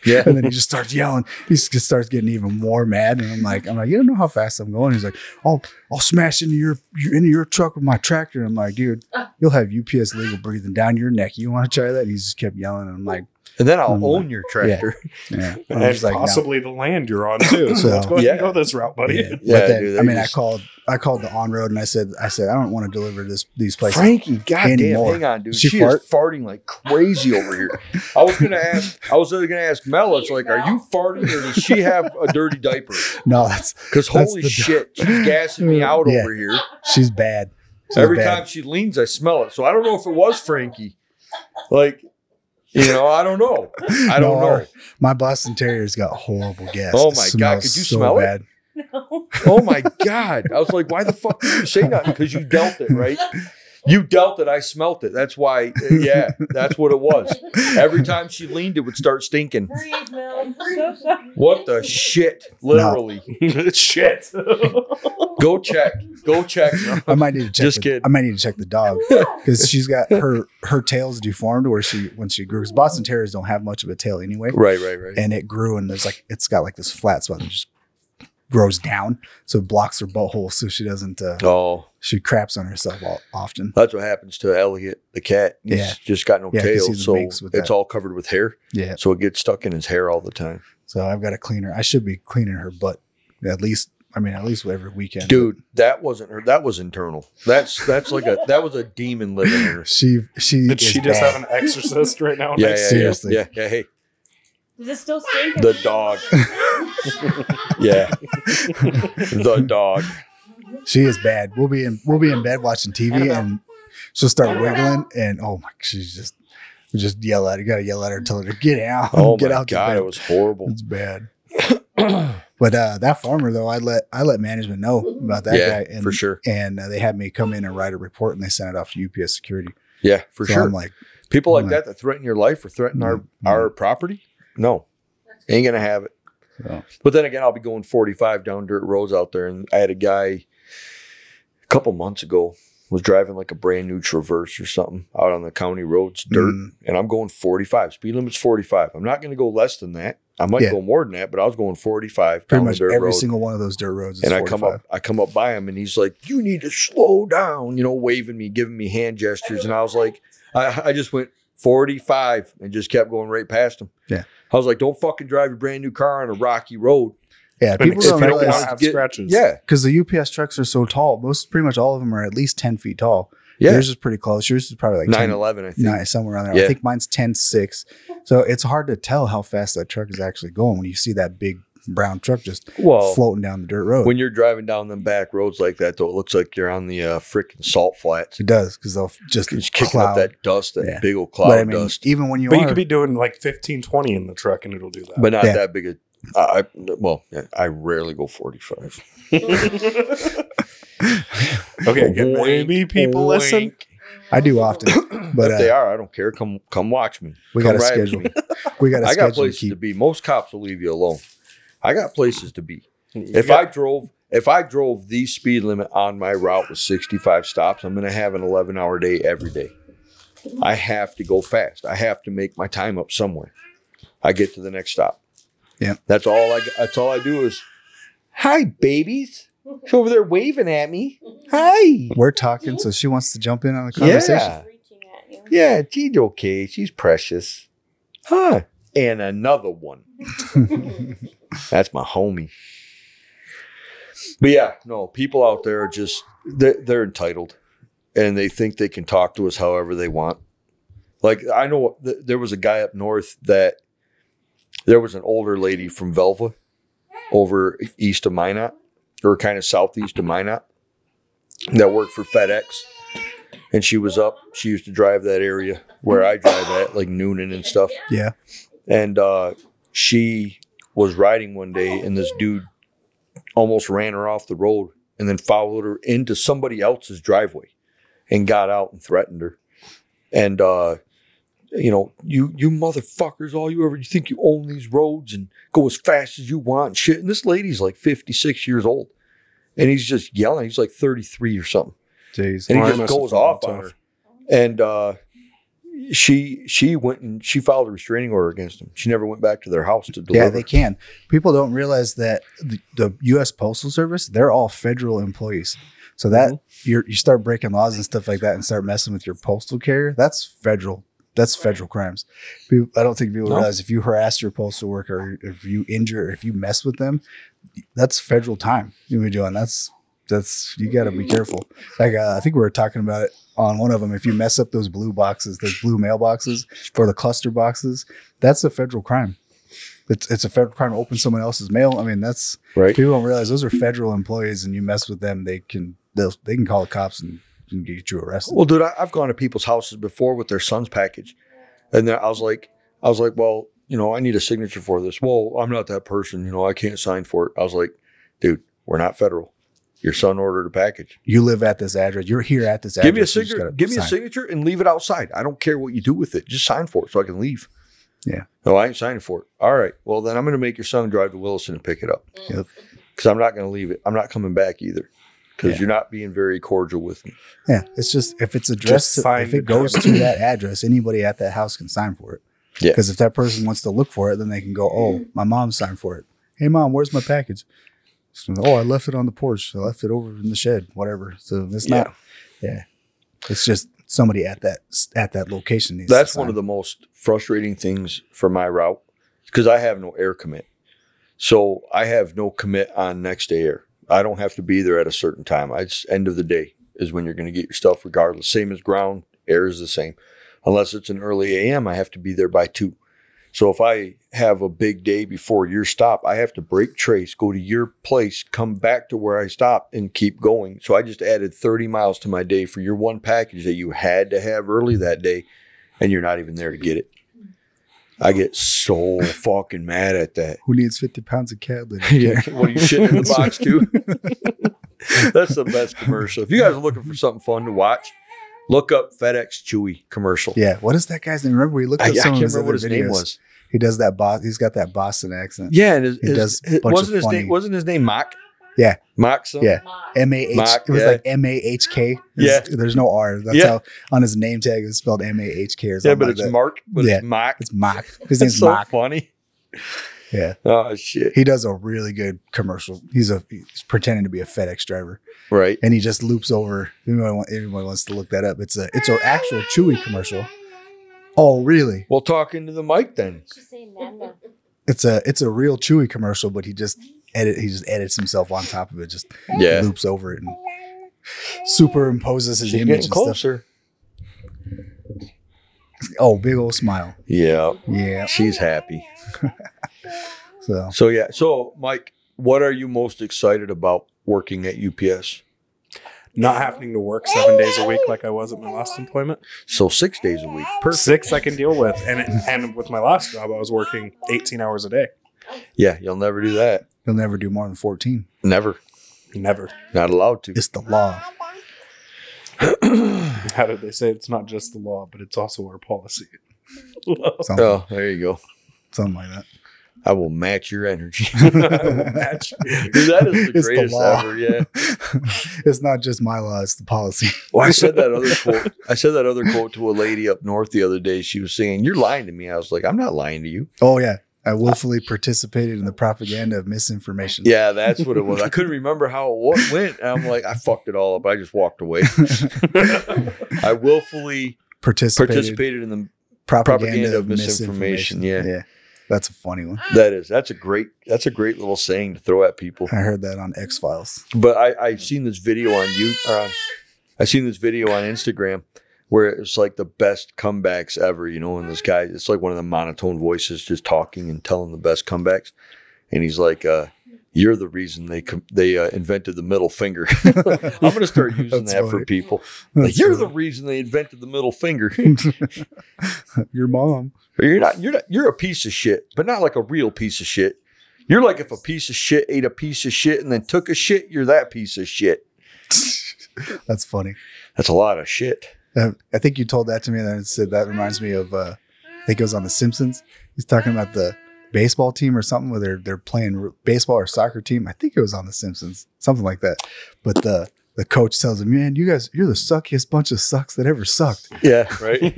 Yeah.
and then he just starts yelling. He just starts getting even more mad, and I'm like, I'm like, you don't know how fast I'm going. He's like, I'll I'll smash into your your- into your truck with my tractor. And I'm like, dude, you'll have UPS legal breathing down your neck. You want to try that? He just kept yelling, and I'm like,
And then I'll
Mm.
own your tractor.
yeah, I'm
and
just like, no.
possibly the land you're on too. So
So-
let's go ahead
Yeah.
and go this route, buddy.
Yeah.
Yeah,
but then,
dude,
I
they
mean, I
just-
called I called the on road, and I said I said I don't want to deliver this these places.
Frankie, goddamn,
Anymore.
hang on, dude.
She
She,
fart?
is farting like crazy over here. I was gonna ask. I was gonna ask Mel. It's like, are you farting or does she have a dirty diaper?
No, that's
Because
That's
holy
the-
shit, she's gassing me out
Yeah.
over here.
she's bad. She's
Every
bad.
time she leans, I smell it. So I don't know if it was Frankie. Like You know, I don't know. I don't
No,
know.
My Boston Terrier's got horrible gas.
Oh
It
my God,
smells
could you smell it?
bad.
No.
Oh my god! I was like, why the fuck did you say that? Because you dealt it, right? You dealt it. I smelt it. That's why. uh, Yeah, that's what it was. Every time she leaned, it would start stinking.
Breathe, Mel. I'm so sorry.
What the shit? Literally.
it's shit.
Go check. Go check.
I might need to check.
Just
the,
kidding.
I might need to check the dog because she's got her her tail's deformed where she when she grew. 'cause Boston Terriers don't have much of a tail anyway,
Right, right, right.
and it grew and there's like it's got like this flat spot that just grows down, so it blocks her butthole, so she doesn't uh,
oh,
she craps on herself all, often.
that's what happens to Elliot the cat. He's
Yeah.
just got no
Yeah, I can see
tail,
the
so
makes
it's
with that.
all covered with hair.
Yeah,
So it gets stuck in his hair all the time.
so I've got to clean her. I should be cleaning her butt at least. I mean, at least every weekend,
Dude, that wasn't her. That was internal. That's that's like a that was a demon living in her.
She she
Did she
is
just
bad.
have an exorcist right now?
Yeah, yeah,
Seriously.
yeah, yeah. yeah hey,
Does it still stink?
the dog. yeah, the dog.
She is bad. We'll be in we'll be in bed watching TV
Annabelle.
and she'll start wiggling and oh my she's just we just yell at her, gotta yell at her, tell her to get out.
Oh
get
my
out the
god,
bed.
it was horrible.
it's bad. but uh that farmer though, I let I let management know about that
Yeah,
guy and
for sure.
and uh, they had me come in and write a report and they sent it off to UPS security.
Yeah, for
So
sure.
I'm like, "Mm,
People like
I'm
that that threaten your life or threaten our our property. No, ain't gonna have it.
so,
But then again, I'll be going 45 down dirt roads out there. And I had a guy a couple months ago was driving like a brand new Traverse or something out on the county roads, dirt.
mm,
And I'm going 45. Speed limit's 45. I'm not going to go less than that. I might
Yeah.
go more than that, but I was going 45
pretty
down
much
the dirt
every
road.
single one of those dirt roads is
and I
45.
come up, I come up by him, and he's like, "You need to slow down," you know, waving me, giving me hand gestures, and I was like, I, I just went 45 and just kept going right past him.
Yeah.
I was like, "Don't fucking drive your brand new car on a rocky road."
Yeah,
Been
people don't
expected to
realize
have
Get-
scratches.
Yeah,
because the UPS trucks are so tall. Most pretty much all of them are at least ten feet tall.
yeah.
Yours is pretty close. Yours is probably like 10,
Nine eleven, I think.
nine, somewhere around there. I
Yeah.
think mine's 10 6. So it's hard to tell how fast that truck is actually going when you see that big brown truck just
Well,
floating down the dirt road.
when you're driving down them back roads like that, though, it looks like you're on the uh, freaking salt flats.
it does because they'll just
It's kicking
cloud.
up that dust, that
Yeah.
big old cloud
but I mean,
dust.
even when you
But
are,
you could be doing like 15, 20 in the truck and it'll do that.
but not
uh, Yeah.
that big a. I I- well, yeah, I rarely go forty five.
okay, good. Maybe people listen.
I do often, but
if they
uh,
are, I don't care. Come come watch me.
we got
Come
a
ride with
schedule.
me.
We got a
I got
schedule to
places to,
keep.
be. Most cops will leave you alone. I got places to be. If
You
I drove if I drove the speed limit on my route with 65 stops, I'm going to have an 11 hour day every day. I have to go fast. I have to make my time up somewhere. I get to the next stop.
Yeah.
That's all I that's all I do is Hi babies. She's over there waving at me. Hi.
We're talking, so she wants to jump in on the
Yeah.
conversation.
Reaching at you.
Yeah, she's okay. She's precious. Huh. And another one. That's my homie. But yeah, no, people out there are just they're, they're entitled, and they think they can talk to us however they want. Like I know th- there was a guy up north that there was an older lady from Velva over east of Minot, or kind of southeast of Minot, that worked for FedEx, and she was up. She used to drive that area where I drive at, like Noonan and stuff
Yeah.
and uh, she was riding one day, and this dude almost ran her off the road, and then followed her into somebody else's driveway, and got out and threatened her, and uh, you know, you you motherfuckers, all you ever you think you own these roads and go as fast as you want and shit, and this lady's like fifty six years old, and he's just yelling, he's like thirty three or something
Jeez.
and
Well,
he
I
just
must have
goes
felt
off
that
on her.
tough.
And uh, she she went and she filed a restraining order against him. She never went back to their house to deliver.
Yeah, they can. People don't realize that the, the U.S. Postal Service they're all federal employees. So that
Mm-hmm.
you're, you start breaking laws and stuff like that, and start messing with your postal carrier. That's federal. That's federal crimes. People, I don't think people
No.
realize if you harass your postal worker, if you injure, if you mess with them, that's federal time you would be doing. That's that's you got to be careful. Like uh, I think we were talking about it on one of them. If you mess up those blue boxes, those blue mailboxes or the cluster boxes, that's a federal crime. It's it's a federal crime to open someone else's mail. I mean, that's
right?
people don't realize those are federal employees, and you mess with them, they can they'll, they can call the cops and, and get you arrested.
Well, dude, I, I've gone to people's houses before with their son's package, And then I was like, I was like, well, you know, I need a signature for this. Well, I'm not that person. You know, I can't sign for it. I was like, dude, we're not federal. Your son ordered a package.
You live at this address. You're here at this address.
give me a
so you just
signature.
gotta
Give me a
sign.
signature and leave it outside. I don't care what you do with it. Just sign for it so I can leave.
Yeah.
No, I ain't signing for it. All right. Well, then I'm going to make your son drive to Willison and pick it up.
Yep.
Because I'm not going to leave it. I'm not coming back either. Because
Yeah.
you're not being very cordial with me.
Yeah, it's just if it's addressed,
Just
to,
sign
if it
it.
goes to that address, anybody at that house can sign for it.
Yeah.
Because if that person wants to look for it, then they can go, "Oh, my mom signed for it. Hey, mom, where's my package? So, oh, I left it on the porch. I left it over in the shed. Whatever. So it's not. Yeah. It's just somebody at that at that location needs.
That's
to
one of the most frustrating things for my route because I have no air commit. So I have no commit on next day air. I don't have to be there at a certain time. I just end of the day is when you're going to get your stuff regardless. Same as ground, air is the same. Unless it's an early AM, I have to be there by two. So if I have a big day before your stop, I have to break trace, go to your place, come back to where I stopped and keep going. So I just added 30 miles to my day for your one package that you had to have early that day and you're not even there to get it. I get so fucking mad at that.
who needs fifty pounds of cat litter.
What are you shitting in the box too? That's the best commercial. If you guys are looking for something fun to watch, look up FedEx Chewy commercial.
Yeah, what is that guy's name? Remember we looked
I, I
at some
can't
of his
remember
other
what his name
videos.
was.
He does that. Bo- he's got that Boston accent.
Yeah, and his,
He
his-
does a
his-
bunch
wasn't
of
his name
funny-
wasn't his name Mock?
Yeah.
Mock something?
Yeah. M A H.
Mock,
It was
yeah.
like M A H K.
Yeah.
There's no R. That's
Yeah.
how on his name tag it was spelled M A H K or something.
Yeah, but
like
it's
that.
Mark, but
Yeah.
it's Mock.
It's mock. His
It's
name's
so
mock.
funny.
Yeah.
Oh shit.
He does a really good commercial. He's a he's pretending to be a FedEx driver,
Right.
and he just loops over. Anyone, want- anyone wants to look that up? It's a it's an actual Chewy commercial. Oh, really?
Well, talk into the mic then.
She's saying Nana.
It's a it's a real Chewy commercial, but he just edit he just edits himself on top of it. Just
Yeah.
loops over it and superimposes his
She's
image
getting
and stuff.
closer.
Oh, big old smile.
Yeah.
Yeah.
She's happy.
So
So yeah. So Mike, what are you most excited about working at UPS?
Not happening to work seven days a week like I was at my last employment.
So six days a week. Perfect.
Six I can deal with, and it, and with my last job I was working eighteen hours a day.
Yeah, you'll never do that.
he'll never do more than fourteen.
Never.
Never.
Not allowed to.
It's the law.
How did they say it's not just the law, but it's also our policy?
Something,
oh, there you go.
something like that.
I will match your energy.
Match.
Dude, that is the
It's the
greatest
law.
ever. Yeah.
it's not just my law, it's the policy.
Well, I said that other quote. I said that other quote to a lady up north the other day. She was saying, "You're lying to me." I was like, "I'm not lying to you."
Oh yeah. I willfully participated in the propaganda of misinformation.
Yeah, that's what it was. I couldn't remember how it wa- went. And I'm like, I fucked it all up. I just walked away. I willfully
Participated,
participated in the
propaganda,
propaganda
of
of misinformation,
misinformation.
yeah.
Yeah. That's a funny one.
That is. That's a great. That's a great little saying to throw at people.
I heard that on X Files.
But I I've seen this video on you. Or on, I've seen this video on Instagram where it's like the best comebacks ever. You know, and this guy, it's like one of the monotone voices just talking and telling the best comebacks, and he's like, uh, "You're the reason they com- they uh, invented the middle finger." I'm gonna start using
That's
that for
funny.
people. Like, you're the reason they invented the middle finger.
the Your mom.
You're not. You're not. You're a piece of shit, but not like a real piece of shit. You're like if a piece of shit ate a piece of shit and then took a shit. You're that piece of shit.
That's funny.
That's a lot of shit.
Uh, I think you told that to me and I said that reminds me of uh I think it was on The Simpsons. He's talking about the baseball team or something where they're they're playing r- baseball or soccer team. I think it was on The Simpsons, something like that. But the the coach tells him, "Man, you guys, you're the suckiest bunch of sucks that ever sucked."
Yeah. Right.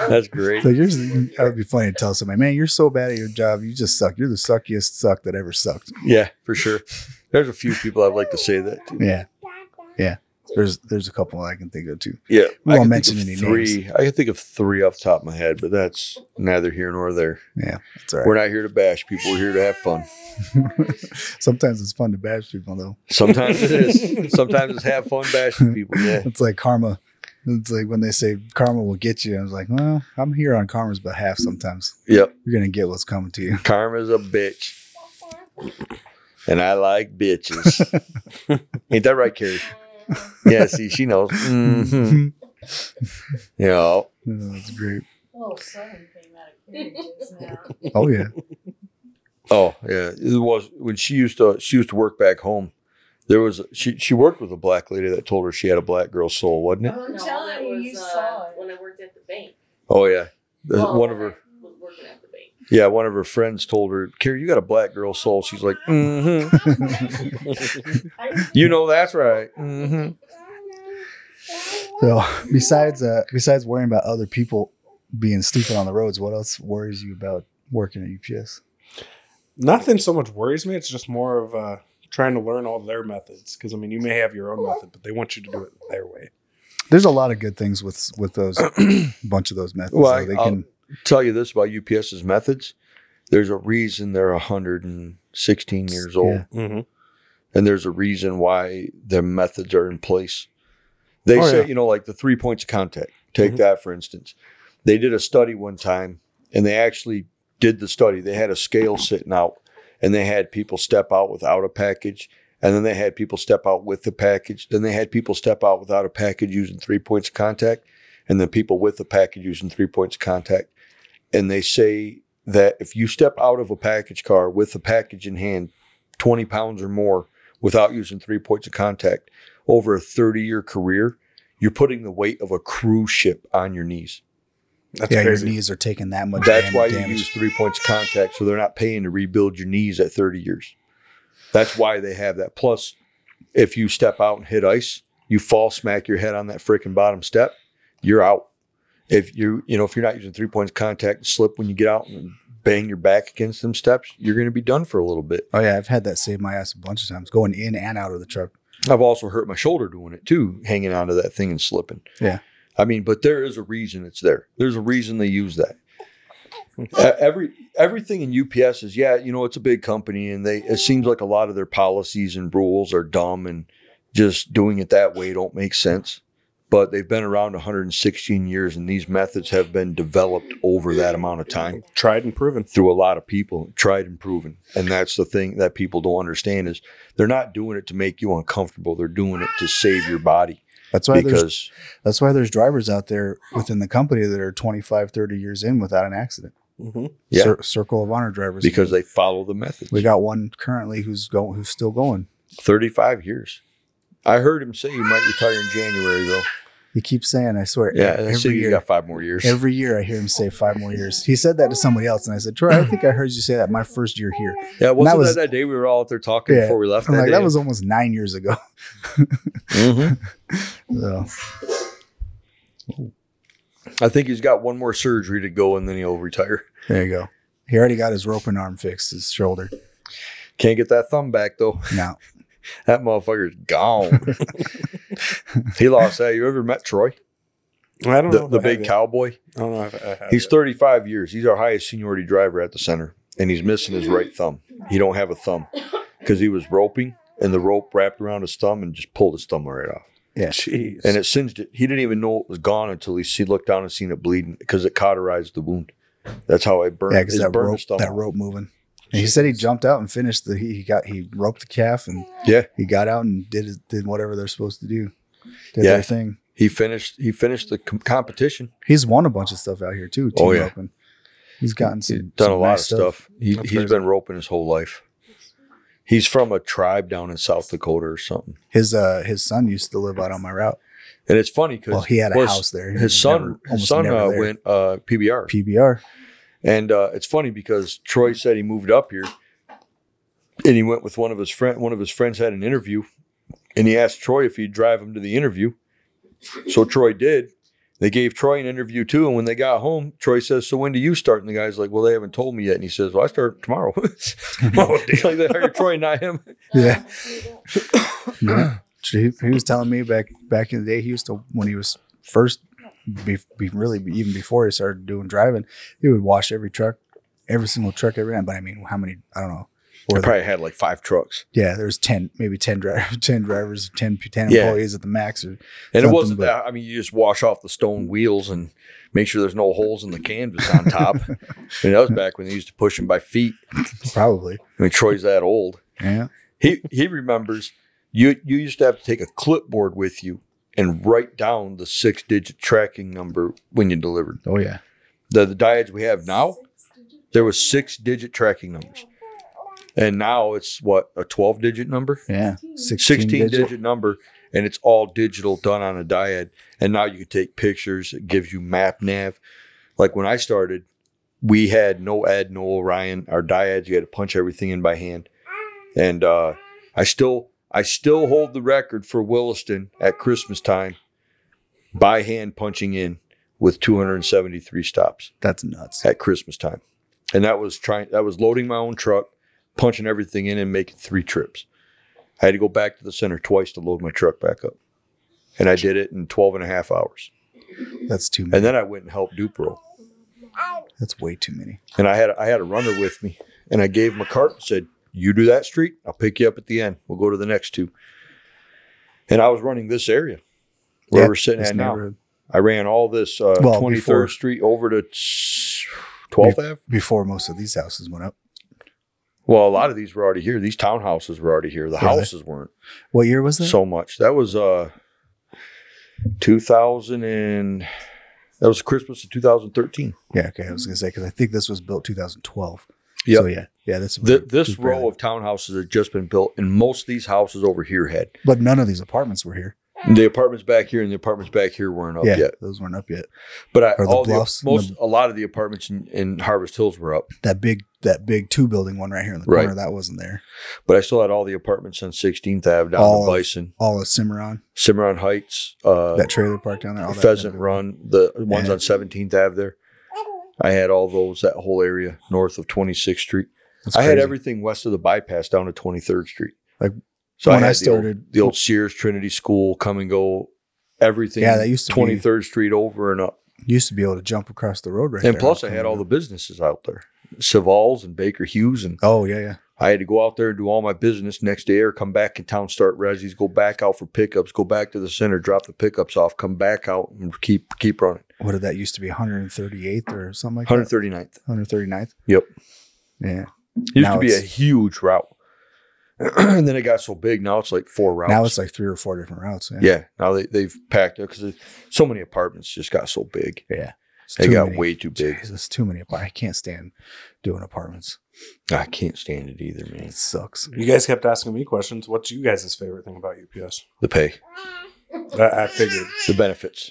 That's great.
So you're, that would be funny to tell somebody, "Man, you're so bad at your job, you just suck. You're the suckiest suck that ever sucked."
Yeah, for sure. There's a few people I'd like to say that. To.
Yeah, yeah. There's there's a couple I can think of too.
Yeah.
We
I
won't
can
mention
think of
any
three. I can think of three off the top of my head, but that's neither here nor there.
It's all
We're
right.
not here to bash people. We're here to have fun.
Sometimes it's fun to bash people though.
Sometimes it is. Sometimes it's have fun bashing people. Yeah.
It's like karma. It's like when they say karma will get you. I was like, well, I'm here on karma's behalf sometimes.
Yep.
You're going to get what's coming to you.
Karma's a bitch, and I like bitches. Ain't that right, Carrie? Yeah, see, she knows. Mhm.
Mhm.
Yeah.
Oh, that's great.
Oh, little southern came out of Carrie just now.
Oh yeah.
Oh yeah, it was when she used to she used to work back home. There was she she worked with a black lady that told her she had a black girl soul, wasn't it?
I'm
No,
telling
that
you,
was,
you
uh,
saw it.
when I worked at the bank.
Oh yeah, The-
Well,
one of
when
her
I was working at the bank.
yeah one of her friends told her, "Carrie, you got a black girl soul." She's like, mm-hmm.
I-
"You know that's right." Mm-hmm.
So besides uh, besides worrying about other people being stupid on the roads, what else worries you about working at UPS?
Nothing so much worries me. It's just more of uh, trying to learn all their methods. Because I mean, you may have your
Uh-huh.
own method, but they want you to do it their way.
There's a lot of good things with with those bunch of those methods.
Well,
though.
I-
they
I'll-
can
Tell you this about UPS's methods. There's a reason they're 116 years old.
Yeah.
Mm-hmm.
and there's a reason why their methods are in place. They
Oh,
say,
yeah.
you know, like the three points of contact. Take
Mhm.
that for instance. They did a study one time, and they actually did the study. They had a scale sitting out, and they had people step out without a package, and then they had people step out with the package. Then they had people step out without a package using three points of contact, and then people with the package using three points of contact. And they say that if you step out of a package car with the package in hand, 20 pounds or more, without using three points of contact over a 30 year career, you're putting the weight of a cruise ship on your knees.
That's
yeah,
crazy.
your knees are taking that much.
That's
dam-
why you
damage.
use three points of contact so they're not paying to rebuild your knees at 30 years. That's why they have that. Plus, if you step out and hit ice, you fall smack your head on that freaking bottom step, you're out. If you you know if you're not using three points of contact, slip when you get out and bang your back against them steps, you're going to be done for a little bit.
Oh yeah, I've had that save my ass a bunch of times going in and out of the truck.
I've also hurt my shoulder doing it too, hanging onto that thing and slipping.
Yeah.
I mean, but there is a reason it's there. There's a reason they use that. E- Every everything in UPS is yeah, you know, it's a big company and they it seems like a lot of their policies and rules are dumb and just doing it that way don't make sense. But they've been around 116 years and these methods have been developed over that amount of time
Tried and proven.
through a lot of people, tried and proven. And that's the thing that people don't understand is they're not doing it to make you uncomfortable. They're doing it to save your body
That's why there's
because
that's why there's drivers out there within the company that are 25, 30 years in without an accident.
Mm-hmm.
Yeah.
Cir- Circle of Honor drivers
because they follow the methods.
we got one currently who's going who's still going.
35 years. I heard him say he might retire in January though.
He keeps saying, I swear,
Yeah, I see
every
you
year
got five more years.
Every year I hear him say five more years. He said that to somebody else, and I said, Troy, I think I heard you say that my first year here.
yeah, wasn't that,
was-
that day we were all out there talking
Yeah,
before we left?
I'm like,
day?
that was almost nine years ago.
Mhm.
So,
I think he's got one more surgery to go and then he'll retire.
there you go. He already got his rope and arm fixed, his shoulder.
Can't get that thumb back though.
Now,
That motherfucker's gone. he lost that. You ever met Troy,
I don't
the,
know if
the
I have
big
it.
cowboy?
I don't know if I have
He's
it.
35 years. He's our highest seniority driver at the center, and he's missing his right thumb. He don't have a thumb because he was roping, and the rope wrapped around his thumb and just pulled his thumb right off,
Jeez.
and it singed it. He didn't even know it was gone until he see, looked down and seen it bleeding because it cauterized the wound. That's how I burned.
yeah,
it
because that
burned
rope,
his thumb
that
off.
rope moving. And he said he jumped out and finished the. He, he got he roped the calf and
Yeah.
he got out and did his- did whatever they're supposed to do. Did
Yeah.
their thing.
He finished. He finished the com- competition.
He's won a bunch of stuff out here too. Team
Oh, yeah.
roping. He's gotten some,
He's done
some
a lot
nice
of stuff. He,
That's
he's
crazy.
been roping his whole life. He's from a tribe down in South Dakota or something.
His uh his son used to live out on my route.
And it's funny because
Well, he had a
was-
house there. He
his
was
son,
never-
his
almost
son
never
uh,
there.
went uh, PBR.
PBR.
And uh, it's funny because Troy said he moved up here, and he went with one of his friend. One of his friends had an interview, and he asked Troy if he'd drive him to the interview. So Troy did. They gave Troy an interview too, and when they got home, Troy says, "So when do you start?" And the guy's like, "Well, they haven't told me yet." And he says, "Well, I start tomorrow." oh, like they hired Troy, not him.
Yeah. Yeah. He, he was telling me back back in the day he used to when he was first be, be really even before he started doing driving, he would wash every truck, every single truck that ran. But I mean, how many? I don't know.
They probably had like five trucks,
Yeah, there was ten, maybe ten drivers, ten drivers, 10, 10
Yeah.
employees at the max. Or
and
Something,
it wasn't
but-
that. I mean, you just wash off the stone wheels and make sure there's no holes in the canvas on top. and that was back when they used to push them by feet.
probably.
I mean, Troy's that old.
Yeah.
he he remembers you you used to have to take a clipboard with you and write down the six digit tracking number when you delivered
Oh yeah.
The, the dyads we have now, there was six digit tracking numbers. And now it's what, a 12 digit number?
Yeah.
16, digit. number, and it's all digital done on a dyad. And now you can take pictures, it gives you map nav. Like when I started, we had no Ed, no Orion. Our dyads, you had to punch everything in by hand. And uh, I still I still hold the record for Williston at Christmas time by hand punching in with 273 stops
That's nuts.
at Christmas time. And that was trying that was loading my own truck, punching everything in and making three trips. I had to go back to the center twice to load my truck back up. And I did it in 12 and a half hours.
That's too many.
And then I went and helped Dupro.
That's way too many.
And I had I had a runner with me. And I gave him a cart and said, You do that street, I'll pick you up at the end. We'll go to the next two. And I was running this area where
Yeah,
we're sitting
This
at now.
neighborhood.
I ran all this uh,
Well,
23rd
before-
Street over to 12th Ave.
Before most of these houses went up.
Well, a lot of these were already here. These townhouses were already here. The
they?
houses weren't
What year was that?
so much. That was uh 2000 and that was Christmas of 2013.
yeah. Okay. I was gonna say because I think this was built 2012.
Yep.
So yeah. Yeah. That's
Th- this
just
row
barely-
of townhouses had just been built, and most of these houses over here had
But none of these apartments were here.
the apartments back here and the apartments back here weren't up
yeah.
yet.
Those weren't up yet.
But I,
Or the
all the
bluffs and
most
the-
a lot of the apartments in, in Harvest Hills were up,
That big that big two building one right here in the
Right.
corner that wasn't there.
but I still had all the apartments on 16th Ave down
All
to
of-
Bison,
All of Cimarron.
Cimarron Heights, uh,
that trailer park down there. All that
Pheasant Run, the ones
Yeah.
on 17th Ave there. I had all those, that whole area north of 26th Street.
That's
I had
crazy.
everything west of the bypass down to 23rd Street.
Like,
so
when I
I, had the
started-
old, the old Sears Trinity School, come and go, everything.
Yeah, that used to be-
23rd Street over and up.
used to be able to jump across the road right
and
there.
plus, I had all the businesses out there, Saval's and Baker Hughes, and
Oh yeah, yeah.
I had to go out there and do all my business next day or come back in town, start resis, go back out for pickups, go back to the center, drop the pickups off, come back out and keep keep running.
What did that used to be? 138th or something like that.
139th.
139th.
Yep.
Yeah.
Used
Now
to be a
it's-
huge route. and then it got so big. Now it's like four routes.
Now it's like three or four different routes.
yeah. Now they, they've packed it because so many apartments just got so big.
Yeah. It's
They
too
got
many.
way too big.
Jeez, that's too many. apart- I can't stand doing apartments.
I can't stand it either, man.
It sucks.
You guys kept asking me questions. What's you guys' favorite thing about UPS?
The pay,
I, I figured.
the benefits.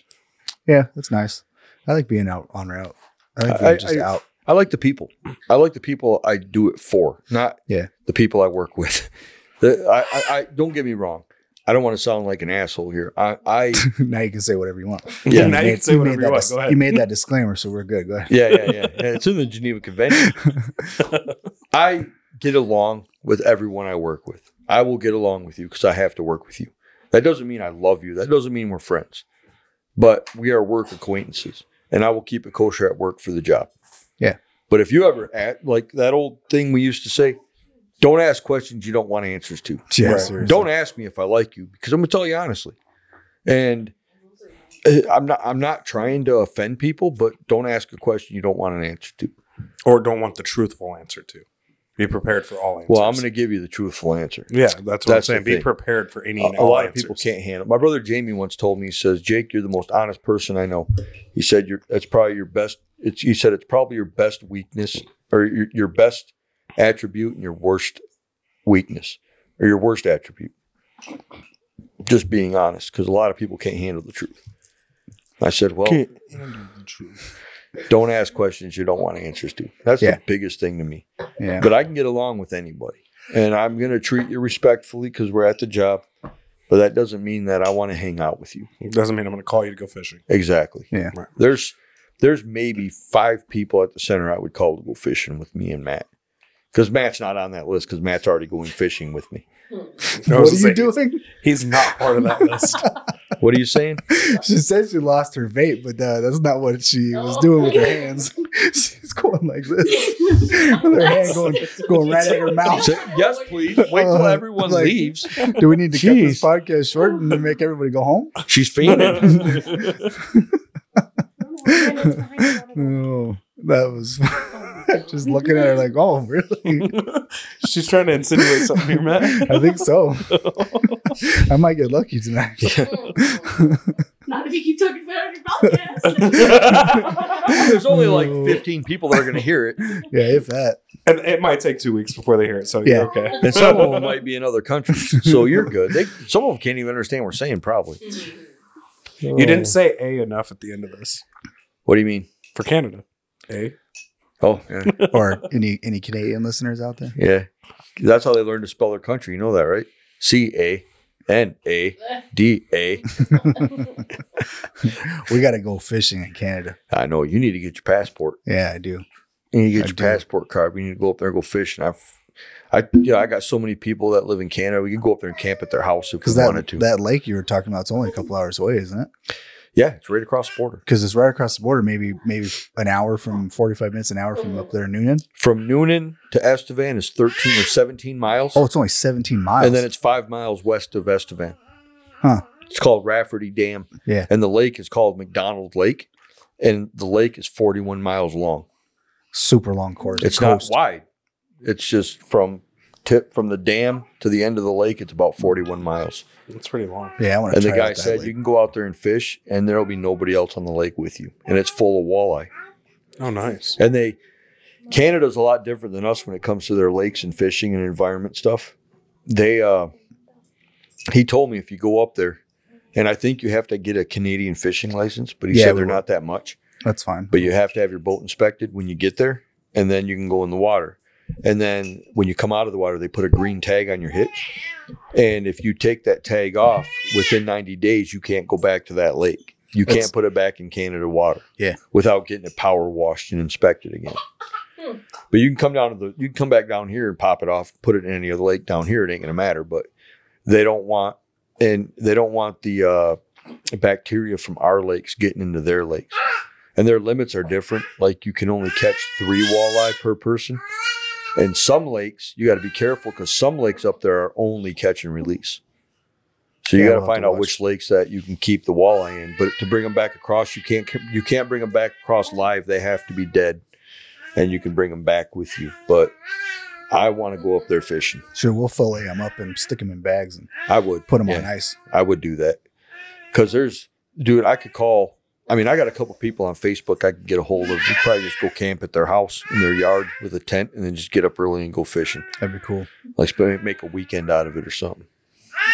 Yeah, that's nice. I like being out on route. I like being
I-
just
I-
out.
I like the people. I like the people I do it for, not
Yeah.
the people I work with. The- I, I, I don't get me wrong. I don't want to sound like an asshole here. I, I
now you can say whatever you want.
Yeah.
now you can say
made
whatever you
that
want.
dis-
Go ahead.
You made that disclaimer, so we're good. Go ahead.
yeah, yeah, yeah. yeah it's in the Geneva Convention. I get along with everyone I work with. I will get along with you because I have to work with you. That doesn't mean I love you. That doesn't mean we're friends, but we are work acquaintances, and I will keep it kosher at work for the job.
Yeah.
But if you ever act like that old thing we used to say, don't ask questions you don't want answers to.
Yeah,
Right.
seriously.
Don't ask me if I like you because I'm gonna tell you honestly, and uh, I'm not. I'm not trying to offend people, but don't ask a question you don't want an answer to.
Or don't want the truthful answer to. Be prepared for all answers.
Well, I'm going to give you the truthful answer.
Yeah, that's what I'm
That's the
saying. Be
thing.
prepared for any
A,
and
a
all
lot of
answers.
people can't handle. My brother Jamie once told me. He says, "Jake, you're the most honest person I know." He said, "You're. That's probably your best." It's. He said, "It's probably your best weakness, or your your best attribute, and your worst weakness, or your worst attribute." Just being honest, because a lot of people can't handle the truth. I said, "Well, don't ask questions you don't want answers to." That's
Yeah.
the biggest thing to me.
Yeah.
But I can get along with anybody. And I'm going to treat you respectfully because we're at the job. But that doesn't mean that I want to hang out with you.
It doesn't mean I'm going to call you to go fishing.
Exactly.
Yeah.
Right.
There's there's maybe five people at the center I would call to go fishing with me and Matt. Because Matt's not on that list because Matt's already going fishing with me.
I
what
was
are you
gonna say,
doing?
He's not part of that list.
What are you saying?
she said she lost her vape, but uh, that's not what she was doing with her hands. She's going like this with her hand going going right at her mouth.
Say, yes, please. Wait till
Uh,
everyone
like-
leaves.
Do we need to cut this podcast short and make everybody go home?
She's fainting.
Oh, that was just looking at her like, oh, really?
She's trying to insinuate something here, Matt.
I think so. I might get lucky tonight.
Not if you keep talking about it on your podcast.
There's only like
No.
15 people that are going to hear it,
Yeah, if that.
And it might take two weeks before they hear it, so
Yeah.
you're okay.
and some of them might be in other countries. So you're good. They, some of them can't even understand what we're saying. Probably. Oh.
You didn't say A enough at the end of this
What do you mean?
for Canada. A.
Oh, yeah.
or any any Canadian listeners out there.
yeah. That's how they learn to spell their country. You know that, right? C A N A D A.
We got to go fishing in Canada.
I know you need to get your passport.
Yeah, I do.
You need to get
I
your
do.
passport card. We need to go up there and go fishing. I've, I, you know, I got so many people that live in Canada. We could go up there and camp at their house if we
Because that
wanted to.
that lake you were talking about, it's only a couple hours away, isn't it?
yeah, it's right across the border
Because it's right across the border, maybe maybe an hour from forty five minutes, an hour from up there in Noonan.
from Noonan to Estevan is thirteen or seventeen miles.
Oh, it's only seventeen miles.
and then it's five miles west of Estevan.
Huh.
It's called Rafferty Dam.
Yeah.
And the lake is called McDonald Lake. And the lake is 41 miles long.
super long course.
It's
coast.
not wide. It's just from tip from the dam to the end of the lake, it's about 41 miles.
That's pretty long.
Yeah, I want to.
And the guy said you can go out there and fish and there'll be nobody else on the lake with you. And it's full of walleye.
Oh, nice.
And they Canada's a lot different than us when it comes to their lakes and fishing and environment stuff. They uh he told me if you go up there and I think you have to get a Canadian fishing license, but he
Yeah,
said
we
they're
will.
not that much.
that's fine.
But you have to have your boat inspected when you get there and then you can go in the water. And then when you come out of the water, they put a green tag on your hitch. And if you take that tag off within 90 days, you can't go back to that lake. You can't
That's-
put it back in Canada water.
Yeah.
Without getting it power washed and inspected again.
Hmm.
But you can come down to the you can come back down here and pop it off, put it in any other lake down here. It ain't gonna matter. But they don't want and they don't want the uh, bacteria from our lakes getting into their lakes. And their limits are different. Like you can only catch three walleye per person. And some lakes, you got to be careful because some lakes up there are only catch and release. So you
Yeah,
got
I'll
to
have
find
to
out
watch.
which lakes that you can keep the walleye in. But to bring them back across, you can't you can't bring them back across live. They have to be dead, and you can bring them back with you. But I want to go up there fishing.
Sure, we'll fillet them up and stick them in bags and
I would
put them
Yeah.
on ice.
I would do that. Cause there's, dude, I could call. I mean, I got a couple people on Facebook I could get a hold of. We probably just go camp at their house in their yard with a tent, and then just get up early and go fishing.
That'd be cool.
Like sp- make a weekend out of it or something.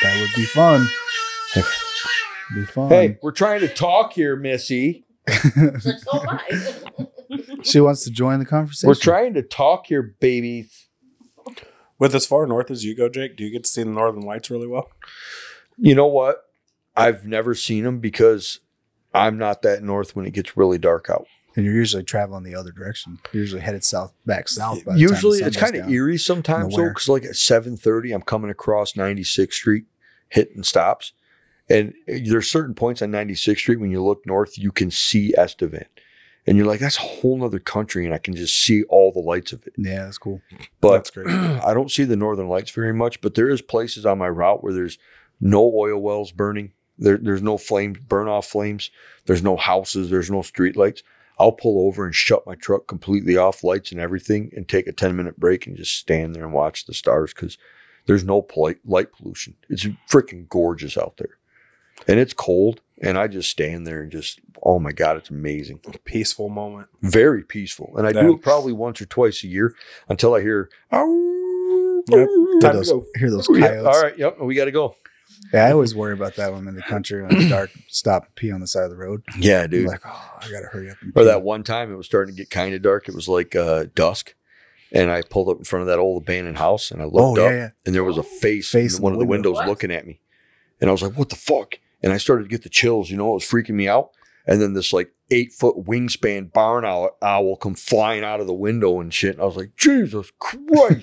That would be fun. be fun.
Hey, we're trying to talk here, Missy.
So am I.
she wants to join the conversation.
We're trying to talk here, babies.
With as far north as you go, Jake, do you get to see the northern lights really well?
You know what? I've never seen them because I'm not that north when it gets really dark out.
And you're usually traveling the other direction. You're usually headed south, back south. By the time the
usually
sun
it's
goes
kind of
down.
eerie sometimes though
Nowhere.
because like at 7.30 i'm coming across 96th street hitting stops and eh, there's certain points on 96th street when you look north you can see estevan and you're like that's a whole nother country and i can just see all the lights of it
Yeah, that's cool.
but
That's great.
i don't see the northern lights very much but there is places on my route where there's no oil wells burning there, there's no flame burn off flames there's no houses there's no street lights I'll pull over and shut my truck completely off, lights and everything, and take a 10 minute break and just stand there and watch the stars because there's no polite, light pollution. It's freaking gorgeous out there. And it's cold. And I just stand there and just, oh my God, it's amazing.
Peaceful moment.
Very peaceful. And I do
That-
it probably once or twice a year until I hear, "Ow."
Hear
Yep. Time to
those,
go.
hear those
Yeah,
coyotes.
all right. Yep. We got to go.
Yeah, I always worry about that when I'm in the country when it's dark. Stop and pee on the side of the road.
Yeah,
I'm
dude.
like, oh, I gotta hurry up. And
Or
pee."
that one time it was starting to get kind of dark. It was like uh, dusk. And I pulled up in front of that old abandoned house and I
Oh
looked up
yeah, yeah.
and there was a face,
Face
in
in
one
the
of the
window.
windows looking at me. And I was like, what the fuck? And I started to get the chills, you know, it was freaking me out. And then this like eight foot wingspan barn owl, owl come flying out of the window and shit. And I was like, Jesus Christ.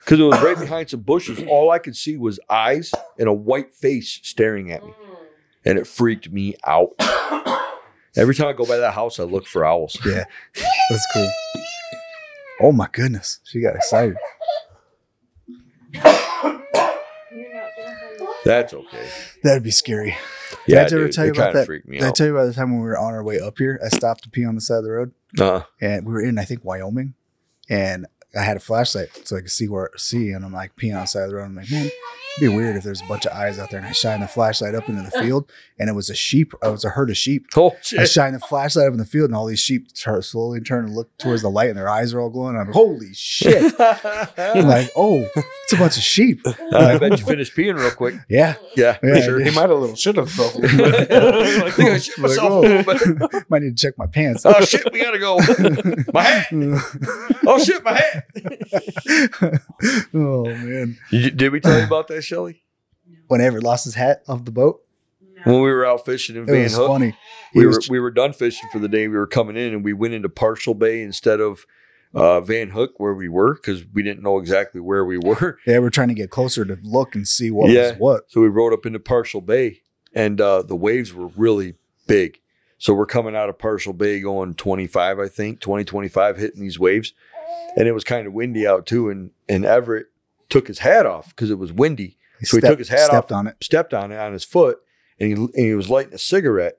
Because it was right behind some bushes. All I could see was eyes and a white face staring at me. And it freaked me out. Every time I go by that house, I look for owls.
That's cool. Oh my goodness, she got excited.
You're not gonna hold it.
That's okay.
That'd be scary. Did I
Yeah,
ever
dude,
tell you
it
about
kinda
that-
freaked me
Did I
out.
tell you about the time when we were on our way up here? I stopped to pee on the side of the road,
uh,
and we were in I think Wyoming, and I had a flashlight so I could see where see, and I'm like peeing on the side of the road. I'm like, man, It'd be weird if there's a bunch of eyes out there and I shine the flashlight up into the field and it was a sheep. It was a herd of sheep.
Oh
I
shit!
shine the flashlight up in the field and all these sheep turn, slowly turn and look towards the light and their eyes are all glowing. I'm like, holy shit. I'm like, oh, it's a bunch of sheep.
Uh, I bet you finished peeing real quick.
Yeah.
Yeah,
Yeah,
sure.
I
He might have little should have though.
I think I shit
Like,
myself
oh.
a little bit.
Might need to check my pants.
Oh shit, we gotta go. my hat. Oh shit, my hat.
oh man.
You- did we tell you about that, Shelly?
When Everett lost his hat off the boat,
When we were out fishing in
it
Van
was
Hook,
funny. He
we
was
were we were done fishing for the day. We were coming in, and we went into Partial Bay instead of uh, Van Hook where we were because we didn't know exactly where we were.
Yeah, we're trying to get closer to look and see what
Yeah.
was what.
So we rode up into Partial Bay, and uh, the waves were really big. So we're coming out of Partial Bay going 25, I think, 20, 25, hitting these waves. And it was kind of windy out too. And, and Everett took his hat off because it was windy, So he took his hat
stepped on it.
stepped on it on his foot, and he, and he was lighting a cigarette.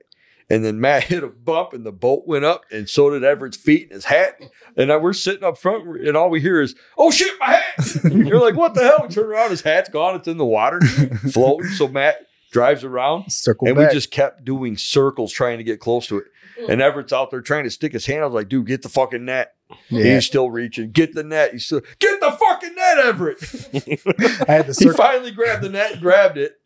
And then Matt hit a bump, and the boat went up, and so did Everett's feet and his hat. And I, we're sitting up front, and all we hear is, "Oh shit, my hat!" You're like, "What the hell?" We turn around, his hat's gone. It's in the water, floating. So Matt drives around,
Circle
and
back.
we just kept doing circles trying to get close to it. And Everett's out there trying to stick his hand. I was like, "Dude, get the fucking net!"
yeah.
He's still reaching. Get the net. He's still get the fucking net, Everett.
I had the
he
circle.
finally grabbed the net, and grabbed it.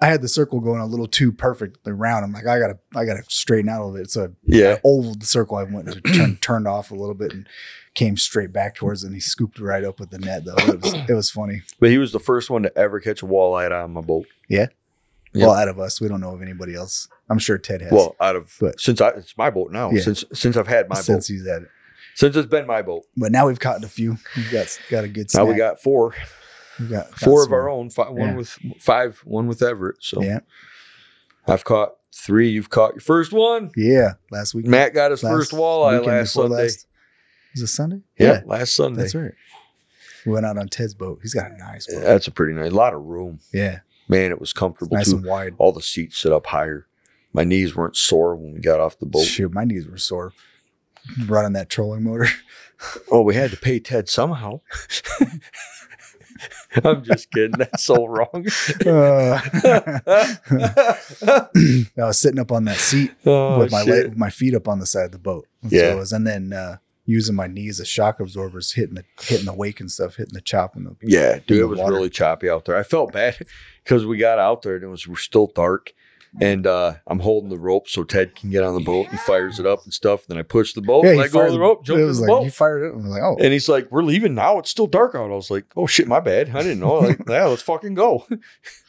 I had the circle going a little too perfectly round. I'm like, I gotta, I gotta straighten out a little bit. So
Yeah,
I ovaled the circle. I went to turn, turned off a little bit and came straight back towards. it And he scooped right up with the net though. It was, it was funny.
But he was the first one to ever catch a walleye on my boat. Yep.
Well, out of us, we don't know of anybody else. I'm sure Ted has.
Well, out of
But-
since I it's my boat now.
Yeah.
Since since I've had my
since
boat.
he's at it.
Since it's been my boat.
But now we've caught a few. We've got got a good.
Now
Snack.
we got four.
We've got- got
Four of
some.
our own. Five, One
Yeah.
with five, one with Everett. So
Yeah,
I've caught three. You've caught your first one.
yeah. Last week,
Matt got his
last
first walleye
weekend
last
before
Sunday.
Was it Sunday?
yeah, last Sunday.
That's
That's,
right. We went out on Ted's boat. He's got a nice boat.
a pretty nice. A lot of room.
yeah.
Man, it was comfortable
Nice
too.
and wide.
All the seats sit up higher. My knees weren't sore when we got off the boat.
Shoot, my knees were sore running that trolling motor.
Oh, we had to pay Ted somehow. I'm just kidding. That's so wrong.
Uh,
oh,
I was sitting up on that seat with my leg, with my feet up on the side of the boat. That's what
Yeah.
it was. And then uh, using my knees as shock absorbers, hitting the hitting the wake and stuff, hitting the chop and the
Yeah, dude,
the
it was
water.
really choppy out there. I felt bad because we got out there and it was still dark. And uh, I'm holding the rope so Ted can get on the boat. He fires it up and stuff. Then I push the boat,
he
Oh, let go
fired
of the rope, jump
It
in
was
the
like
boat.
he fired it. I was like, oh,
and he's like, "We're leaving now. It's still dark out." I was like, "Oh shit, my bad. I didn't know." Like, yeah, let's fucking go.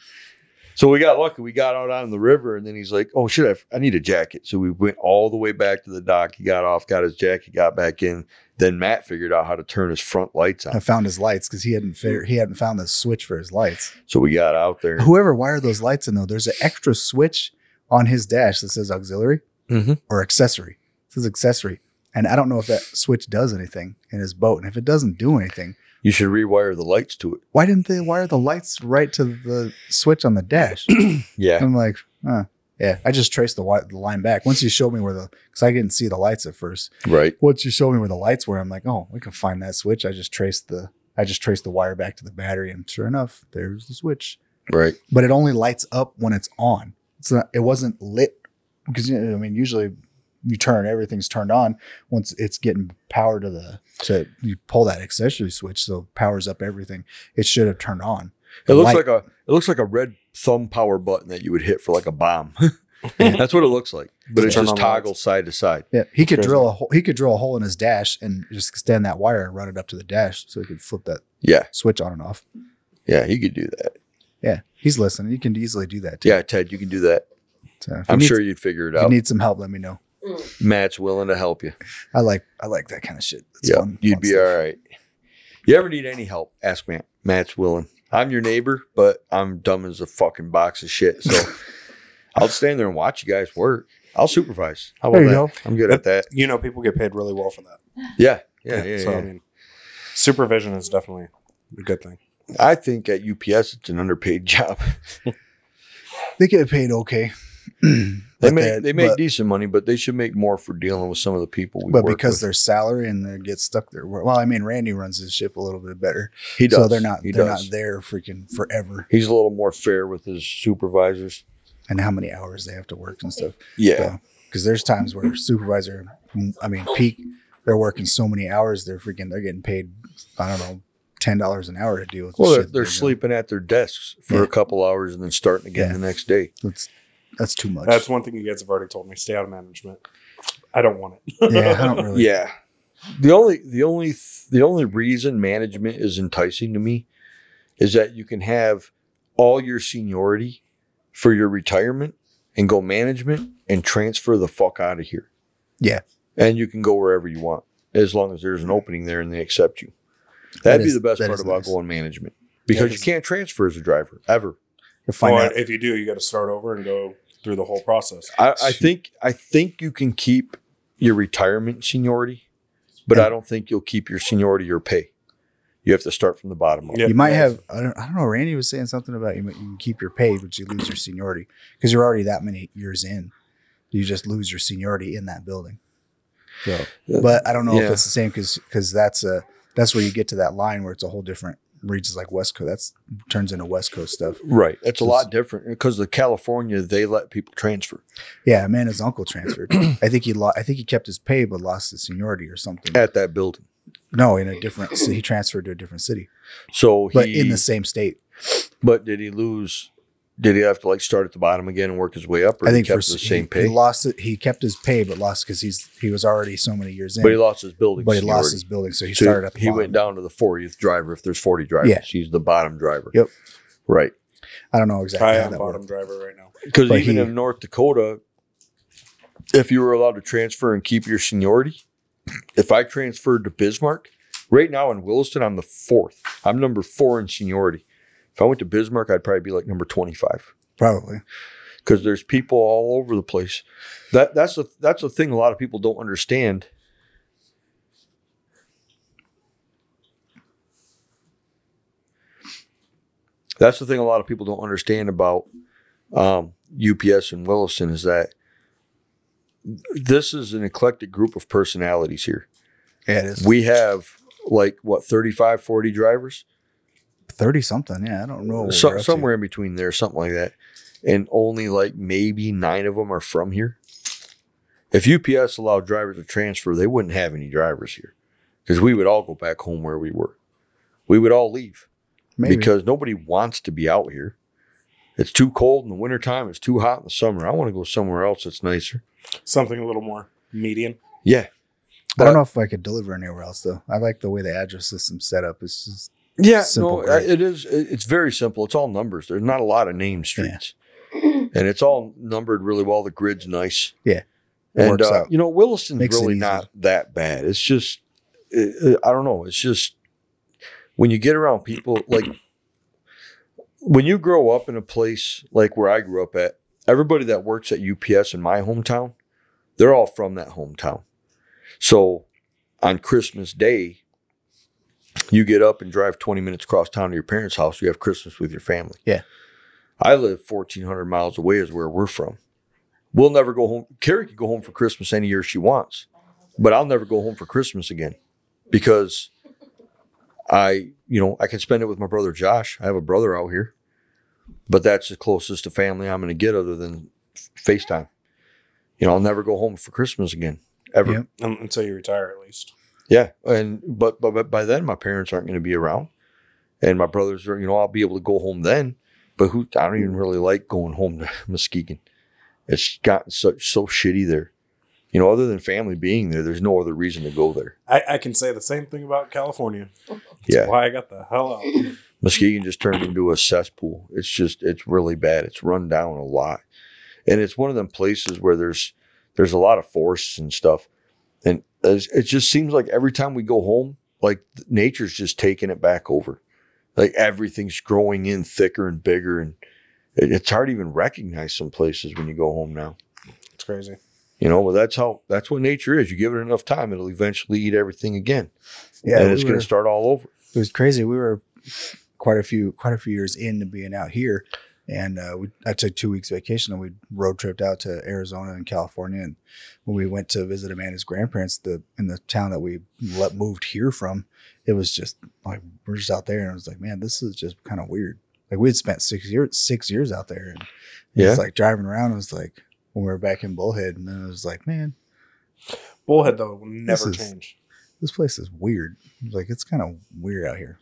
so we got lucky. We got out on the river, and then he's like, "Oh shit, I, I need a jacket." So we went all the way back to the dock. He got off, got his jacket, got back in. Then Matt figured out how to turn his front lights
I
on.
found his lights because he hadn't figured, he hadn't found the switch for his lights.
So we got out there.
Whoever wired those lights in though, there's an extra switch on his dash that says auxiliary
Mhm.
or accessory. It says accessory. And I don't know if that switch does anything in his boat. And if it doesn't do anything,
You should rewire the lights to it.
why didn't they wire the lights right to the switch on the dash?
Yeah,
I'm like, huh. Yeah, I just traced the, wi- the line back. Once you showed me where the, because I didn't see the lights at first.
right.
Once you showed me where the lights were, I'm like, oh, we can find that switch. I just traced the, I just traced the wire back to the battery, and sure enough, there's the switch.
Right.
but it only lights up when it's on. It's not, it wasn't lit because you know, I mean usually you turn everything's turned on once it's getting power to the to you pull that accessory switch so it powers up everything. It should have turned on.
It looks
Light.
like a it looks like a red thumb power button that you would hit for like a bomb. That's what it looks like, but
To
it
turn
just
on the lights.
toggles side to side.
Yeah, he could
Crazy.
drill a hole. He could drill a hole in his dash and just extend that wire and run it up to the dash so he could flip that
Yeah,
switch on and off.
yeah, you could do that.
Yeah, he's listening. You can easily do that. Too.
Yeah, Ted, you can do that.
So if you
I'm
need-
sure you'd uh, figure it
If you
out.
need some help, let me know.
Matt's willing to help you.
I like I like that kind of shit. It's
yeah,
fun-
you'd
fun
be
stuff.
all right. You ever need any help? Ask Matt. Matt's willing. I'm your neighbor, but I'm dumb as a fucking box of shit. So I'll stand there and watch you guys work. I'll supervise. How about
There you
that?
go.
I'm good at that.
you know, people get paid really well for that.
Yeah, yeah, yeah.
so
yeah.
I mean, supervision is definitely a good thing.
I think at UPS it's an underpaid job.
They get paid okay.
uh, They
But
make
that-
they make
but-
decent money, but they should make more for dealing with some of the people. We
but
work
because
with.
their salary and they get stuck there. Well, I mean, Randy runs his ship a little bit better,
he does,
so they're not
He
they're
does.
not there freaking forever.
He's a little more fair with his supervisors.
And how many hours they have to work and stuff.
Yeah,
Because there's times where supervisor, I mean, peak, they're working so many hours, they're freaking they're getting paid, I don't know, ten dollars an hour to deal with. the
well, they're,
shit
they're
doing.
sleeping at their desks for
Yeah.
a couple hours and then starting again
Yeah.
the next day.
That's that's too much.
That's one thing you guys have already told me. Stay out of management. I don't want it.
yeah, I don't really.
Yeah. The only the only th- the only reason management is enticing to me is that you can have all your seniority for your retirement and go management and transfer the fuck out of here.
Yeah.
And you can go wherever you want as long as there's an opening there and they accept you. That'd
That
be
is-
the best
that
part
is
about
nice.
going management because you
'cause-
can't transfer as a driver ever.
To find
or
out.
if you do, you got to start over and go through the whole process.
I, I think I think you can keep your retirement seniority, but I don't think you'll keep your seniority or pay. You have to start from the bottom up.
Yeah.
you might
yeah.
have I don't, I don't know randy was saying something about you, might- you can keep your pay but you lose your seniority because you're already that many years in you just lose your seniority in that building so but i don't know if
Yeah.
it's the same because that's a that's where you get to that line where it's a whole different reads like west coast that's turns into west coast stuff
Right. It's a lot different because the California they let people transfer
yeah man his uncle transferred i think he lost i think he kept his pay but lost his seniority or something
at that building.
no in a different so he transferred to a different city
So he
but in the same state
but did he lose did he have to like start at the bottom again and work his way up or
I think
he kept
for
the same
he,
pay?
He lost it. He kept his pay, but lost because he's he was already so many years in.
but he lost his building.
but he lost
seniority.
his building, so he
So
started up.
he went down to the 40th driver if there's 40 drivers.
Yeah.
He's the bottom driver.
Yep.
Right.
I don't know exactly
I
how
am
that
bottom
worked.
driver right now.
Because
But
even
he-
in North Dakota, if you were allowed to transfer and keep your seniority, if I transferred to Bismarck, right now in Williston, I'm the fourth. I'm number four in seniority. If I went to Bismarck, I'd probably be like number 25
Probably.
because there's people all over the place. That that's a that's a thing a lot of people don't understand. That's the thing a lot of people don't understand about um, UPS and Williston is that this is an eclectic group of personalities here.
Yeah, it is.
We have like what 35 40 drivers
Thirty something. Yeah, I don't know. what
so,
we're up to.
somewhere in between there, something like that. And only like maybe nine of them are from here. If UPS allowed drivers to transfer, they wouldn't have any drivers here because we would all go back home where we were. We would all leave
Maybe.
because nobody wants to be out here. It's too cold in the wintertime. It's too hot in the summer. I want to go somewhere else that's nicer.
Something a little more median.
Yeah.
I don't know if I could deliver anywhere else though. I like the way the address system's set up. It's just
Yeah,
Simple,
no,
great.
it is. it- It's very simple. It's all numbers. There's not a lot of name streets, and it's all numbered really well. The grid's nice.
Yeah. It
and
works
uh,
out.
you know Williston's
Makes it
really
easy.
not that bad. It's just uh, uh, I don't know. It's just when you get around people like when you grow up in a place like where I grew up at. Everybody that works at UPS in my hometown, they're all from that hometown. So on Christmas Day, you get up and drive 20 minutes across town to your parents' house. You have Christmas with your family.
Yeah.
I live 1,400 miles away, is where we're from. We'll never go home. Carrie can go home for Christmas any year she wants, but I'll never go home for Christmas again because I, you know, I can spend it with my brother Josh. I have a brother out here, but that's the closest to family I'm going to get other than FaceTime. You know, I'll never go home for Christmas again, ever.
Yep.
Um, until you retire at least.
Yeah, and but but, but by then my parents aren't going to be around, and my brothers are. You know, I'll be able to go home then. But who? I don't even really like going home to Muskegon. It's gotten such so shitty there. You know, other than family being there, there's no other reason to go there.
I, I can say the same thing about California. That's
Yeah,
why I got the hell out.
Muskegon just turned into a cesspool. It's just it's really bad. It's run down a lot, and it's one of them places where there's there's a lot of forests and stuff, and it's, it just seems like every time we go home, like nature's just taking it back over. Like everything's growing in thicker and bigger, and it, it's hard to even recognize some places when you go home now.
It's crazy.
You know, but that's how that's what nature is. You give it enough time, it'll eventually eat everything again,
yeah.
and
we
it's going
were-
to start all over.
it was crazy. We were quite a few quite a few years into being out here, And uh, we, I took two weeks vacation and we road tripped out to Arizona and California. And when we went to visit Amanda's grandparents, the in the town that we le moved here from, it was just like we're just out there, and I was like, man, this is just kind of weird. Like we had spent six years six years out there, and yeah.
Yeah.
it's like driving around. It was like when we were back in Bullhead, and then it was like, man,
Bullhead though will never
is-
change.
this place is weird. It was like it's kind of weird out here.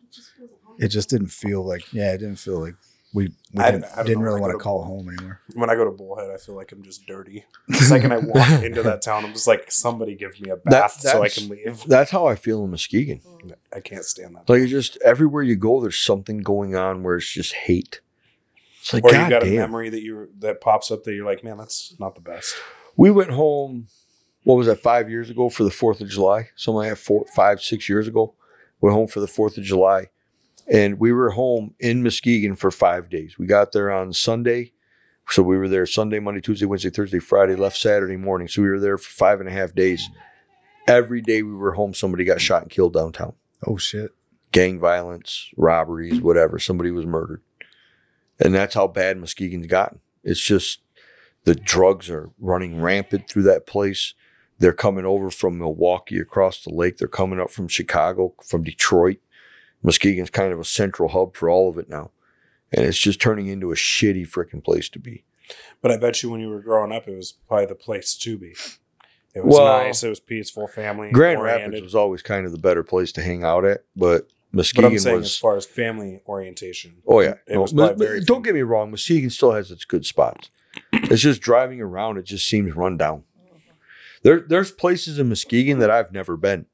It just didn't feel like yeah, it didn't feel like we, we
I-
didn't,
I don't
didn't
know.
really
I
want to
could've-
call it home anymore.
When I go to Bullhead, I feel like I'm just dirty. The second I walk into that town, I'm just like, somebody give me a bath so I
that's-
can leave.
That's how I feel in Muskegon.
I can't stand that.
Like it's just everywhere you go, there's something going on where it's just hate. It's like
or
God
you got
damn.
a memory that you that pops up that you're like, man, that's not the best.
We went home. What was that? Five years ago for the Fourth of July. Something like that. Four, five, six years ago. Went home for the Fourth of July, and we were home in Muskegon for five days. We got there on Sunday, so we were there Sunday, Monday, Tuesday, Wednesday, Thursday, Friday. Left Saturday morning, so we were there for five and a half days. Every day we were home, somebody got shot and killed downtown.
Oh shit!
gang violence, robberies, whatever. Somebody was murdered. And that's how bad Muskegon's gotten. It's just the drugs are running rampant through that place. They're coming over from Milwaukee across the lake. They're coming up from Chicago, from Detroit. Muskegon's kind of a central hub for all of it now. And it's just turning into a shitty freaking place to be.
But I bet you when you were growing up, it was probably the place to be. It was
Well,
nice. It was peaceful, family
Grand Rapids
oriented.
was always kind of the better place to hang out at, but
but
Muskegon
I'm saying
was
as far as family orientation.
Oh yeah,
it
No,
was
Mus-
probably very.
don't get me wrong. Muskegon still has its good spots. It's just driving around; it just seems run down. There, there's places in Muskegon that I've never been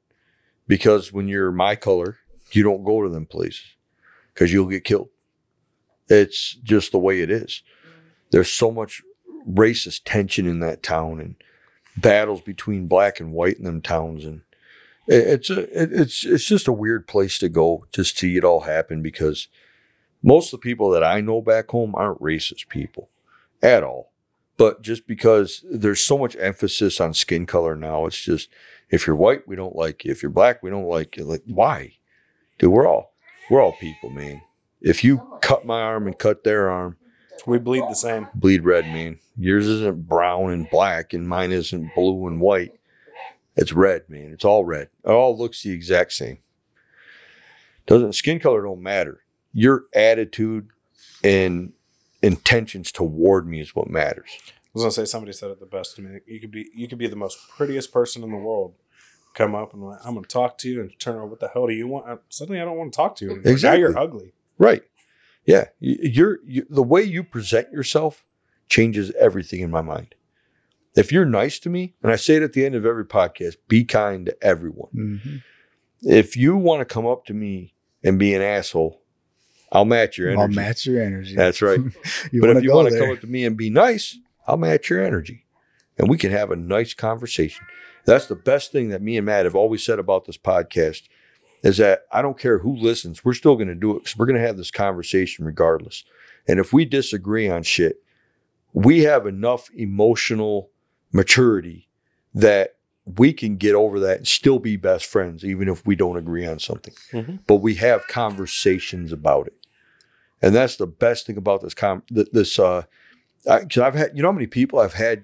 because when you're my color, you don't go to them places because you'll get killed. It's just the way it is. There's so much racist tension in that town and battles between black and white in them towns, and it- it's a, it, it's it's just a weird place to go to see it all happen because most of the people that I know back home aren't racist people at all. But just because there's so much emphasis on skin color now, it's just if you're white, we don't like you. If you're black, we don't like you. Like why? Dude, we're all we're all people, man. If you cut my arm and cut their arm,
we bleed the same.
bleed red, man. Yours isn't brown and black, and mine isn't blue and white. It's red, man. It's all red. It all looks the exact same. Doesn't skin color don't matter. Your attitude and intentions toward me is what matters.
I was gonna say somebody said it the best to me. You could be you could be the most prettiest person in the world. Come up and like, I'm gonna talk to you and turn around. What the hell do you want? I, suddenly I don't want to talk to you. Anymore.
Exactly.
Now you're ugly.
Right. Yeah. Y- You're, you, the way you present yourself changes everything in my mind. If you're nice to me, and I say it at the end of every podcast, be kind to everyone.
Mm-hmm.
If you want to come up to me and be an asshole, I'll match your energy.
I'll match your energy.
That's right.
you
but
wanna
if you
go
want to
there.
come up to me and be nice, I'll match your energy and we can have a nice conversation. That's the best thing that me and Matt have always said about this podcast is that I don't care who listens, we're still going to do it because we're going to have this conversation regardless. And if we disagree on shit, we have enough emotional maturity that we can get over that and still be best friends, even if we don't agree on something.
Mhm.
But we have conversations about it. And that's the best thing about this com th- this uh I, cause I've had you know how many people I've had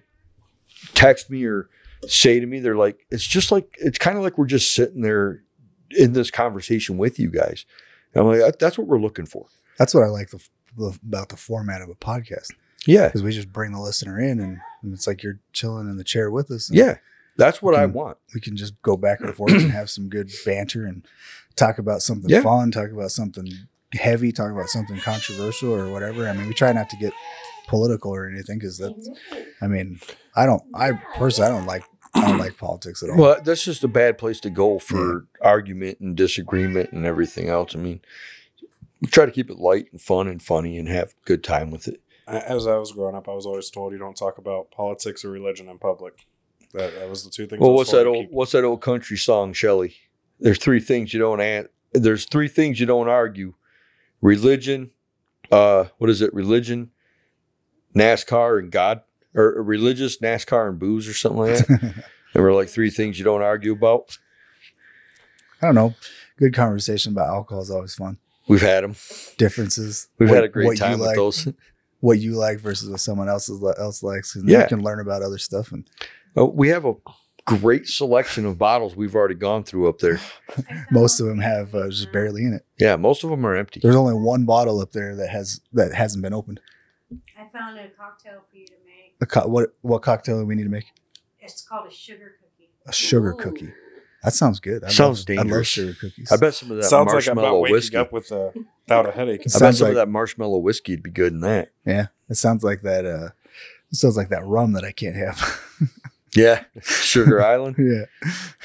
text me or say to me they're like it's just like it's kind of like we're just sitting there in this conversation with you guys. And I'm like "That- that's what we're looking for.
That's what I like the, the, about the format of a podcast
Yeah.
because we just bring the listener in and, and it's like you're chilling in the chair with us. and
Yeah. That's what I
Mhm.
want.
we can just go back and forth and have some good banter and talk about something
Yeah.
fun, talk about something heavy, talk about something controversial or whatever. I mean, we try not to get political or anything because that. I mean, I don't. I personally, I don't like. I don't like politics at all.
Well, that's just a bad place to go for argument and disagreement and everything else. I mean, we try to keep it light and fun and funny and have a good time with it.
I, as I was growing up, I was always told you don't talk about politics or religion in public. That, that was the two things. I
Well,
was
what's
told
that
to
old
keep.
what's that old country song, Shelley? There's three things you don't an- there's three things you don't argue. Religion, uh, what is it? Religion, NASCAR and God or or religious NASCAR and booze or something like that. there were like three things you don't argue about.
I don't know. Good conversation about alcohol is always fun.
We've had them.
Differences.
We've
what-
had a great
what you
time with
like.
those.
what you like versus what someone else's li- else likes. And
Yeah.
you can learn about other stuff. And
Uh, we have a great selection of bottles we've already gone through up there.
most of them have uh, just barely in it.
Yeah, most of them are empty.
There's only one bottle up there that has that hasn't been opened.
I found a cocktail for you to make.
The co- what what cocktail do we need to make?
It's called a sugar cookie.
A sugar
Ooh.
cookie. That sounds good. I
Sounds
love, I love
dangerous.
sugar cookies.
I bet some of that
Sounds like I'm
marshmallow
about waking
whiskey.
up with a without a headache.
I bet
Sounds
some of
like-
that marshmallow whiskey would be good in that.
It sounds like that. Uh, it sounds like that rum that I can't have.
Yeah, Sugar Island.
yeah,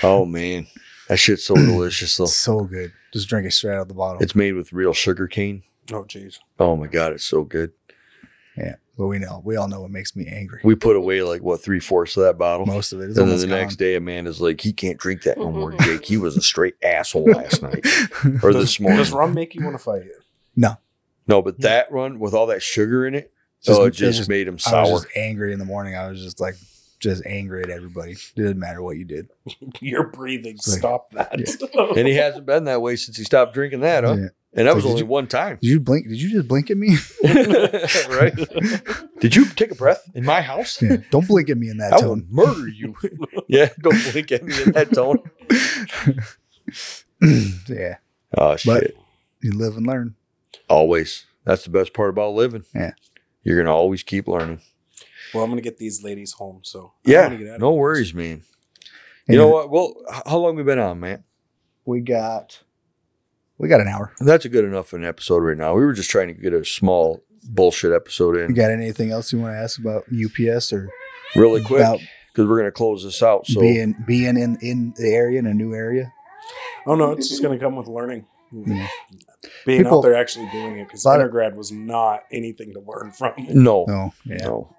Oh man, that shit's so delicious. Though
it's so good. Just drink it straight out of the bottle.
it's made with real sugar cane.
Oh jeez.
Oh my god, it's so good.
but we know we all know what makes me angry.
We put away like what three fourths of that bottle.
Most of it is
and then
almost
the
gone.
next day, Amanda's like, he can't drink that no more, Jake. He was a straight asshole last night or this morning.
Does rum make you want to fight it?
No, but that run with all that sugar in it,
Just-
oh, it
it
just,
just-
made
I
him
was
sour.
just angry in the morning. I was just like, just angry at everybody. didn't matter what you did.
You're breathing.
It's like-
Stop that.
and he hasn't been that way since he stopped drinking that, huh?
Yeah.
And that was
Did
only
you-
one time,
Did you blink? Did you just blink at me?
right? Did you take a breath in my house?
Yeah. Don't blink at me in that
I will
tone.
murder you. yeah, don't blink at me in that tone.
yeah,
Oh shit!
But- you live and learn.
always. That's the best part about living.
Yeah.
You're gonna always keep learning.
Well, I'm gonna get these ladies home. So I'm
Yeah,
gonna get out of
no
here.
worries, man.
And
You know what? Well, h- how long we been on, man?
We got, we got an hour.
That's a good enough an episode right now. We were just trying to get a small bullshit episode
You
in
got anything else you want to ask about UPS or
really quick
about
because we're gonna close this out. So
being being in in the area in a new area?
Oh no, it's just gonna come with learning.
Yeah.
Being
People-
out there actually doing it because
Lot of-
undergrad was not anything to learn from.
no,
No, Oh, yeah,
no,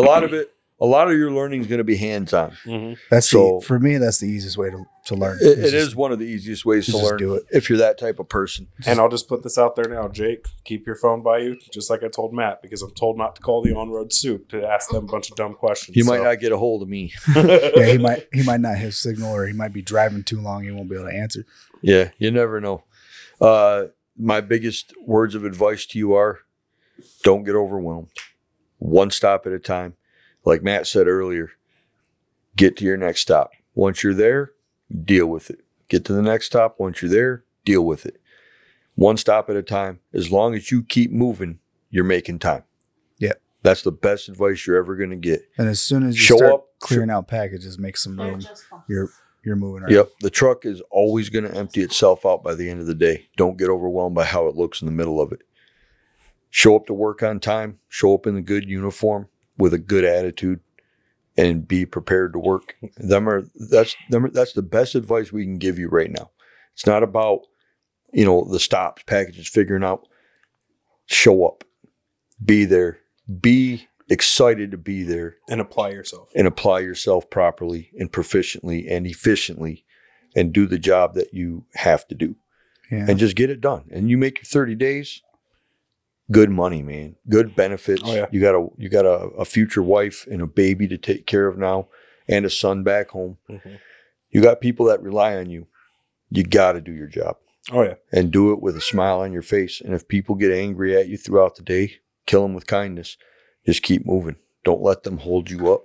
a lot of it, a lot of your learning is gonna be hands on.
that's
So-
the, for me. That's the easiest way to to learn.
It, it
It's just-
is one of the easiest ways to
just
learn
do it.
if you're that type of person.
And I'll just put this out there now, Jake. Keep your phone by you, just like I told Matt, because I'm told not to call the on-road soup to ask them a bunch of dumb questions.
You might
so-
not get a hold of me.
Yeah, he might he might not have signal or he might be driving too long. He won't be able to answer.
Yeah, you never know. Uh, my biggest words of advice to you are don't get overwhelmed. One stop at a time. Like Matt said earlier, get to your next stop. Once you're there, deal with it. Get to the next stop. Once you're there, deal with it. One stop at a time. As long as you keep moving, you're making time.
Yep.
That's the best advice you're ever going to get.
And as soon as you
Show
start
up,
clearing out packages, make some room. You're you're moving. around.
Yep. The truck is always going to empty itself out by the end of the day. Don't get overwhelmed by how it looks in the middle of it. Show up to work on time, show up in a good uniform with a good attitude and be prepared to work. Them are that's them are, that's the best advice we can give you right now. It's not about you know the stops, packages, figuring out show up. Be there. Be excited to be there
and apply yourself.
and apply yourself properly and proficiently and efficiently and do the job that you have to do
Yeah.
and just get it done and you make your 30 days good money man good benefits
Oh, yeah.
you got a you got a, a future wife and a baby to take care of now and a son back home
Mm-hmm.
you got people that rely on you you got to do your job
Oh yeah,
and do it with a smile on your face. And if people get angry at you throughout the day, kill them with kindness. Just keep moving. Don't let them hold you up.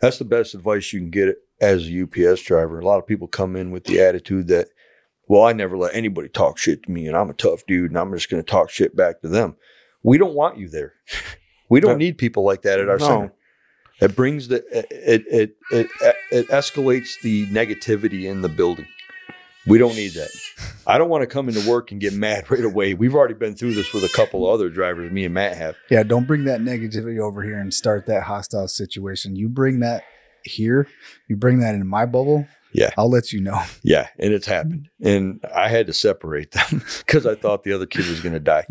That's the best advice you can get as a UPS driver. A lot of people come in with the attitude that, well, I never let anybody talk shit to me and I'm a tough dude and I'm just going to talk shit back to them. We don't want you there. We don't
No.
need people like that at our
No.
center. It brings the it it, it it it escalates the negativity in the building. We don't need that. I don't want to come into work and get mad right away. We've already been through this with a couple other drivers, me and Matt have.
Yeah, don't bring that negativity over here and start that hostile situation. You bring that here, you bring that in my bubble.
Yeah.
I'll let you know.
Yeah, and it's happened. And I had to separate them because I thought the other kid was going to die.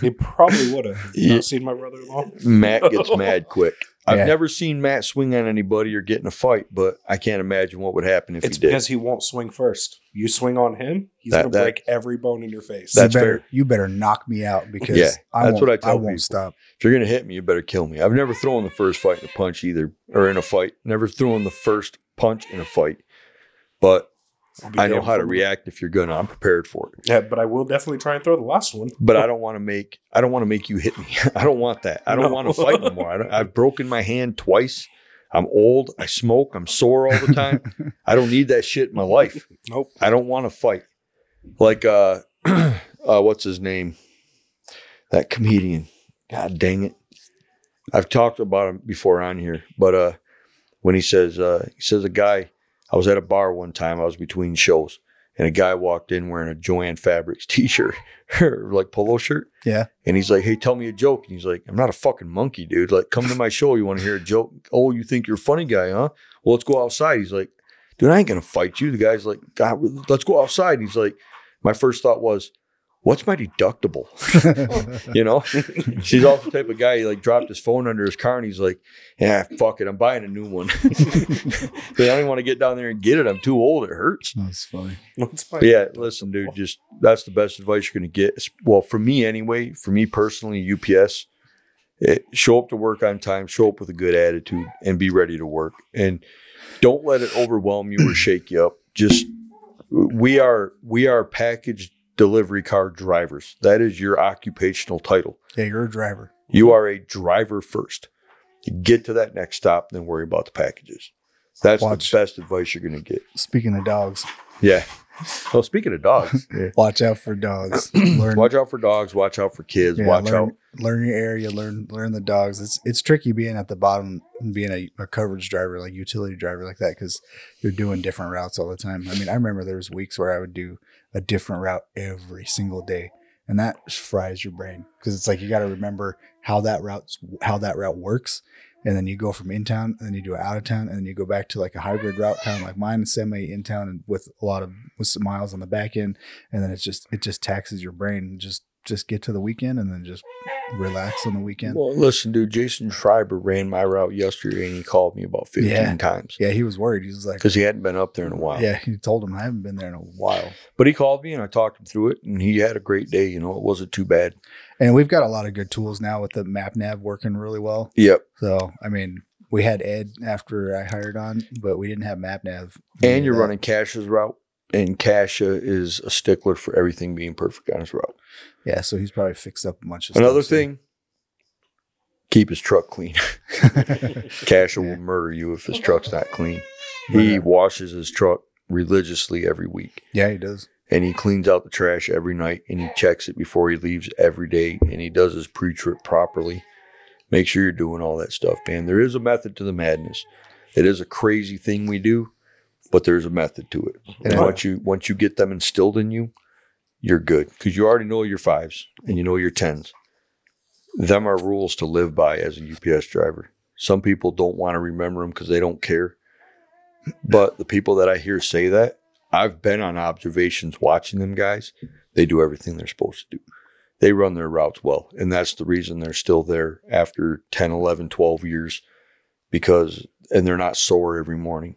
he probably would have
Yeah.
not seen my brother-in-law.
Matt gets mad quick. I've
Yeah.
never seen Matt swing on anybody or get in a fight, but I can't imagine what would happen if
It's
he did.
because he won't swing first. You swing on him, he's
That-
gonna
that-
break every bone in your face.
That's
you better,
fair.
You better knock me out because
Yeah,
I
that's
won't,
what I
I
tell
won't
people.
stop.
if you're going to hit me, you better kill me. I've never thrown the first fight in a punch either, or in a fight. Never thrown the first punch in a fight. But
I'll be
I know
damned
how
if
to
I'm-
react if you're gonna. I'm prepared for it.
Yeah, but I will definitely try and throw the last one.
But I don't want to make I don't want to make you hit me. I don't want that. I don't
No.
want to fight no more. I don't, I've broken my hand twice. I'm old. I smoke. I'm sore all the time. I don't need that shit in my life.
Nope.
I don't want to fight. Like uh, uh what's his name? That comedian. God dang it. I've talked about him before on here, but uh when he says uh he says a guy I was at a bar one time, I was between shows, and a guy walked in wearing a Joanne Fabrics t-shirt or like polo shirt.
Yeah.
And he's like, Hey, tell me a joke. And he's like, I'm not a fucking monkey, dude. Like, come to my show. You want to hear a joke? Oh, you think you're a funny guy, huh? Well, let's go outside. He's like, dude, I ain't gonna fight you. The guy's like, God, let's go outside. And he's like, my first thought was, what's my deductible? You know, she's also the type of guy. He like dropped his phone under his car, and he's like, yeah, fuck it, I'm buying a new one. but I don't even want to get down there and get it. I'm too old. It hurts.
That's funny.
That's fine.
But yeah, listen, dude, just that's the best advice you're going to get. Well, for me anyway, for me personally, UPS, it, show up to work on time, show up with a good attitude, and be ready to work. And don't let it overwhelm you or shake you up. Just we are we are package delivery car drivers. That is your occupational title.
Yeah, you're a driver.
You are a driver first. Get to that next stop, then worry about the packages. That's
Watch.
the best advice you're going to get.
Speaking of dogs,
Yeah. Well, speaking of dogs, yeah.
watch out for dogs. Learn,
Watch out for dogs. Watch out for kids.
yeah,
watch
learn,
out.
Learn your area. Learn learn the dogs. It's it's tricky being at the bottom and being a, a coverage driver, like utility driver, like that, because you're doing different routes all the time. I mean, I remember there was weeks where I would do a different route every single day, and that fries your brain because it's like you got to remember how that routes how that route works. And then you go from in town, and then you do it out of town, and then you go back to like a hybrid route, kind of like mine, semi in town, and with a lot of with some miles on the back end. and then it's just it just taxes your brain just just get to the weekend and then just relax on the weekend
Well, listen, dude. Jason Schreiber ran my route yesterday, and he called me about 15
Yeah.
times
yeah he was worried he was like
because he hadn't been up there in a while.
yeah he told him i haven't been there in a while
But he called me, and I talked him through it, and he had a great day. You know, it wasn't too bad.
and we've got a lot of good tools now with the map nav working really well
Yep.
so i mean we had ed after i hired on but we didn't have map nav
And you're running Cash's route, and Cash uh, is a stickler for everything being perfect on his route.
yeah so he's probably fixed up a bunch of
Another
stuff, so-
thing, keep his truck clean. Cash will murder you if his truck's not clean. He
Yeah.
washes his truck religiously every week
yeah he does
and he cleans out the trash every night and he checks it before he leaves every day and he does his pre trip properly. Make sure you're doing all that stuff, man. There is a method to the madness. It is a crazy thing we do, but there's a method to it. And
Yeah.
once you once you get them instilled in you, you're good because you already know your fives and you know your tens. Them are rules to live by as a UPS driver. Some people don't want to remember them because they don't care. But the people that I hear say that, I've been on observations watching them guys. They do everything they're supposed to do. They run their routes well. And that's the reason they're still there after 10, 11, 12 years because, and they're not sore every morning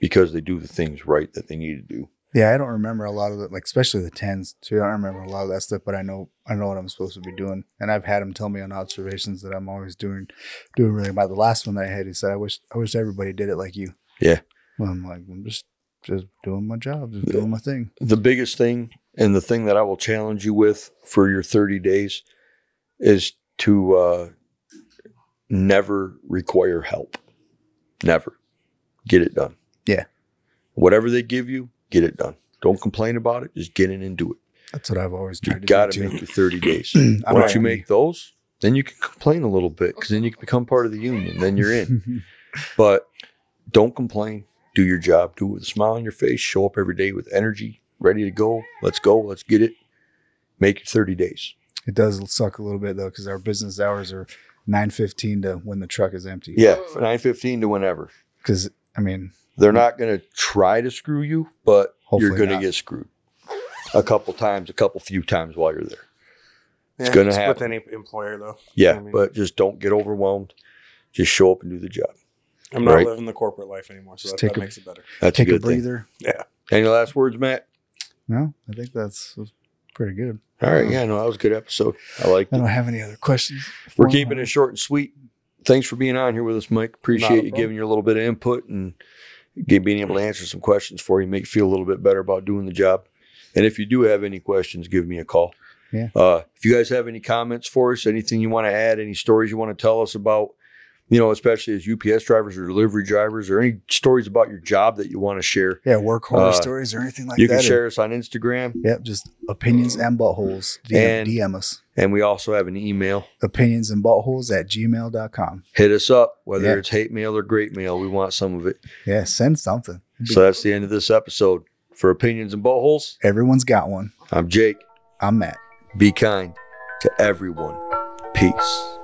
because they do the things right that they need to do.
yeah i don't remember a lot of it like especially the tens too i don't remember a lot of that stuff but i know i know what i'm supposed to be doing and i've had him tell me on observations that i'm always doing doing really bad the last one that i had he said i wish i wish everybody did it like you
Yeah.
well i'm like i'm just just doing my job just doing my thing
The biggest thing and the thing that I will challenge you with for your 30 days is to uh, never require help. Never. Get it done.
Yeah.
Whatever they give you, get it done. Don't complain about it. Just get in and do it.
that's what i've always
You
tried to
got to
do too.
make your 30 days.
I'm
Once you
not-
make those, then you can complain a little bit because then you can become part of the union. Then you're in. But don't complain. Do your job. Do it with a smile on your face. Show up every day with energy, ready to go. Let's go. Let's get it. Make it 30 days.
it does suck a little bit though because our business hours are 9.15 to when the truck is empty
Yeah, 9:15 to whenever.
because i mean
They're not going to try to screw you, but
Hopefully
you're going to
not.
get screwed a couple times, a couple few times while you're there.
Yeah,
It's gonna
with any employer though.
Yeah,
I mean-
but just don't get overwhelmed. Just show up and do the job.
I'm not
Right.
living the corporate life anymore, so
Just
that,
take
that
a-
makes it better.
That's
take
a
a
good thing.
breather
Any last words, Matt?
no i think that's that's pretty good
All right. Yeah, no, that was a good episode. I liked
i
it.
don't have any other questions
We're keeping it short and sweet. Thanks for being on here with us, Mike.
Not a
Appreciate you
problem.
giving your little bit of input and get, being able to answer some questions for you, make you feel a little bit better about doing the job. And if you do have any questions, give me a call.
Yeah.
Uh, if you guys have any comments for us, anything you want to add, any stories you want to tell us about, you know, especially as UPS drivers or delivery drivers, or any stories about your job that you want to share,
Yeah, work horror
Uh,
stories or anything like
you
that.
can
or-
share us on Instagram,
Yep, just opinions and buttholes. DM,
And-
DM us.
and we also have an email.
Opinions and buttholes at gmail.com.
Hit us up, whether
Yeah.
it's hate mail or great mail. We want some of it.
Yeah, send something.
So that's the end of this episode. For opinions and buttholes,
Everyone's got one.
I'm Jake.
I'm Matt.
Be kind to everyone. Peace.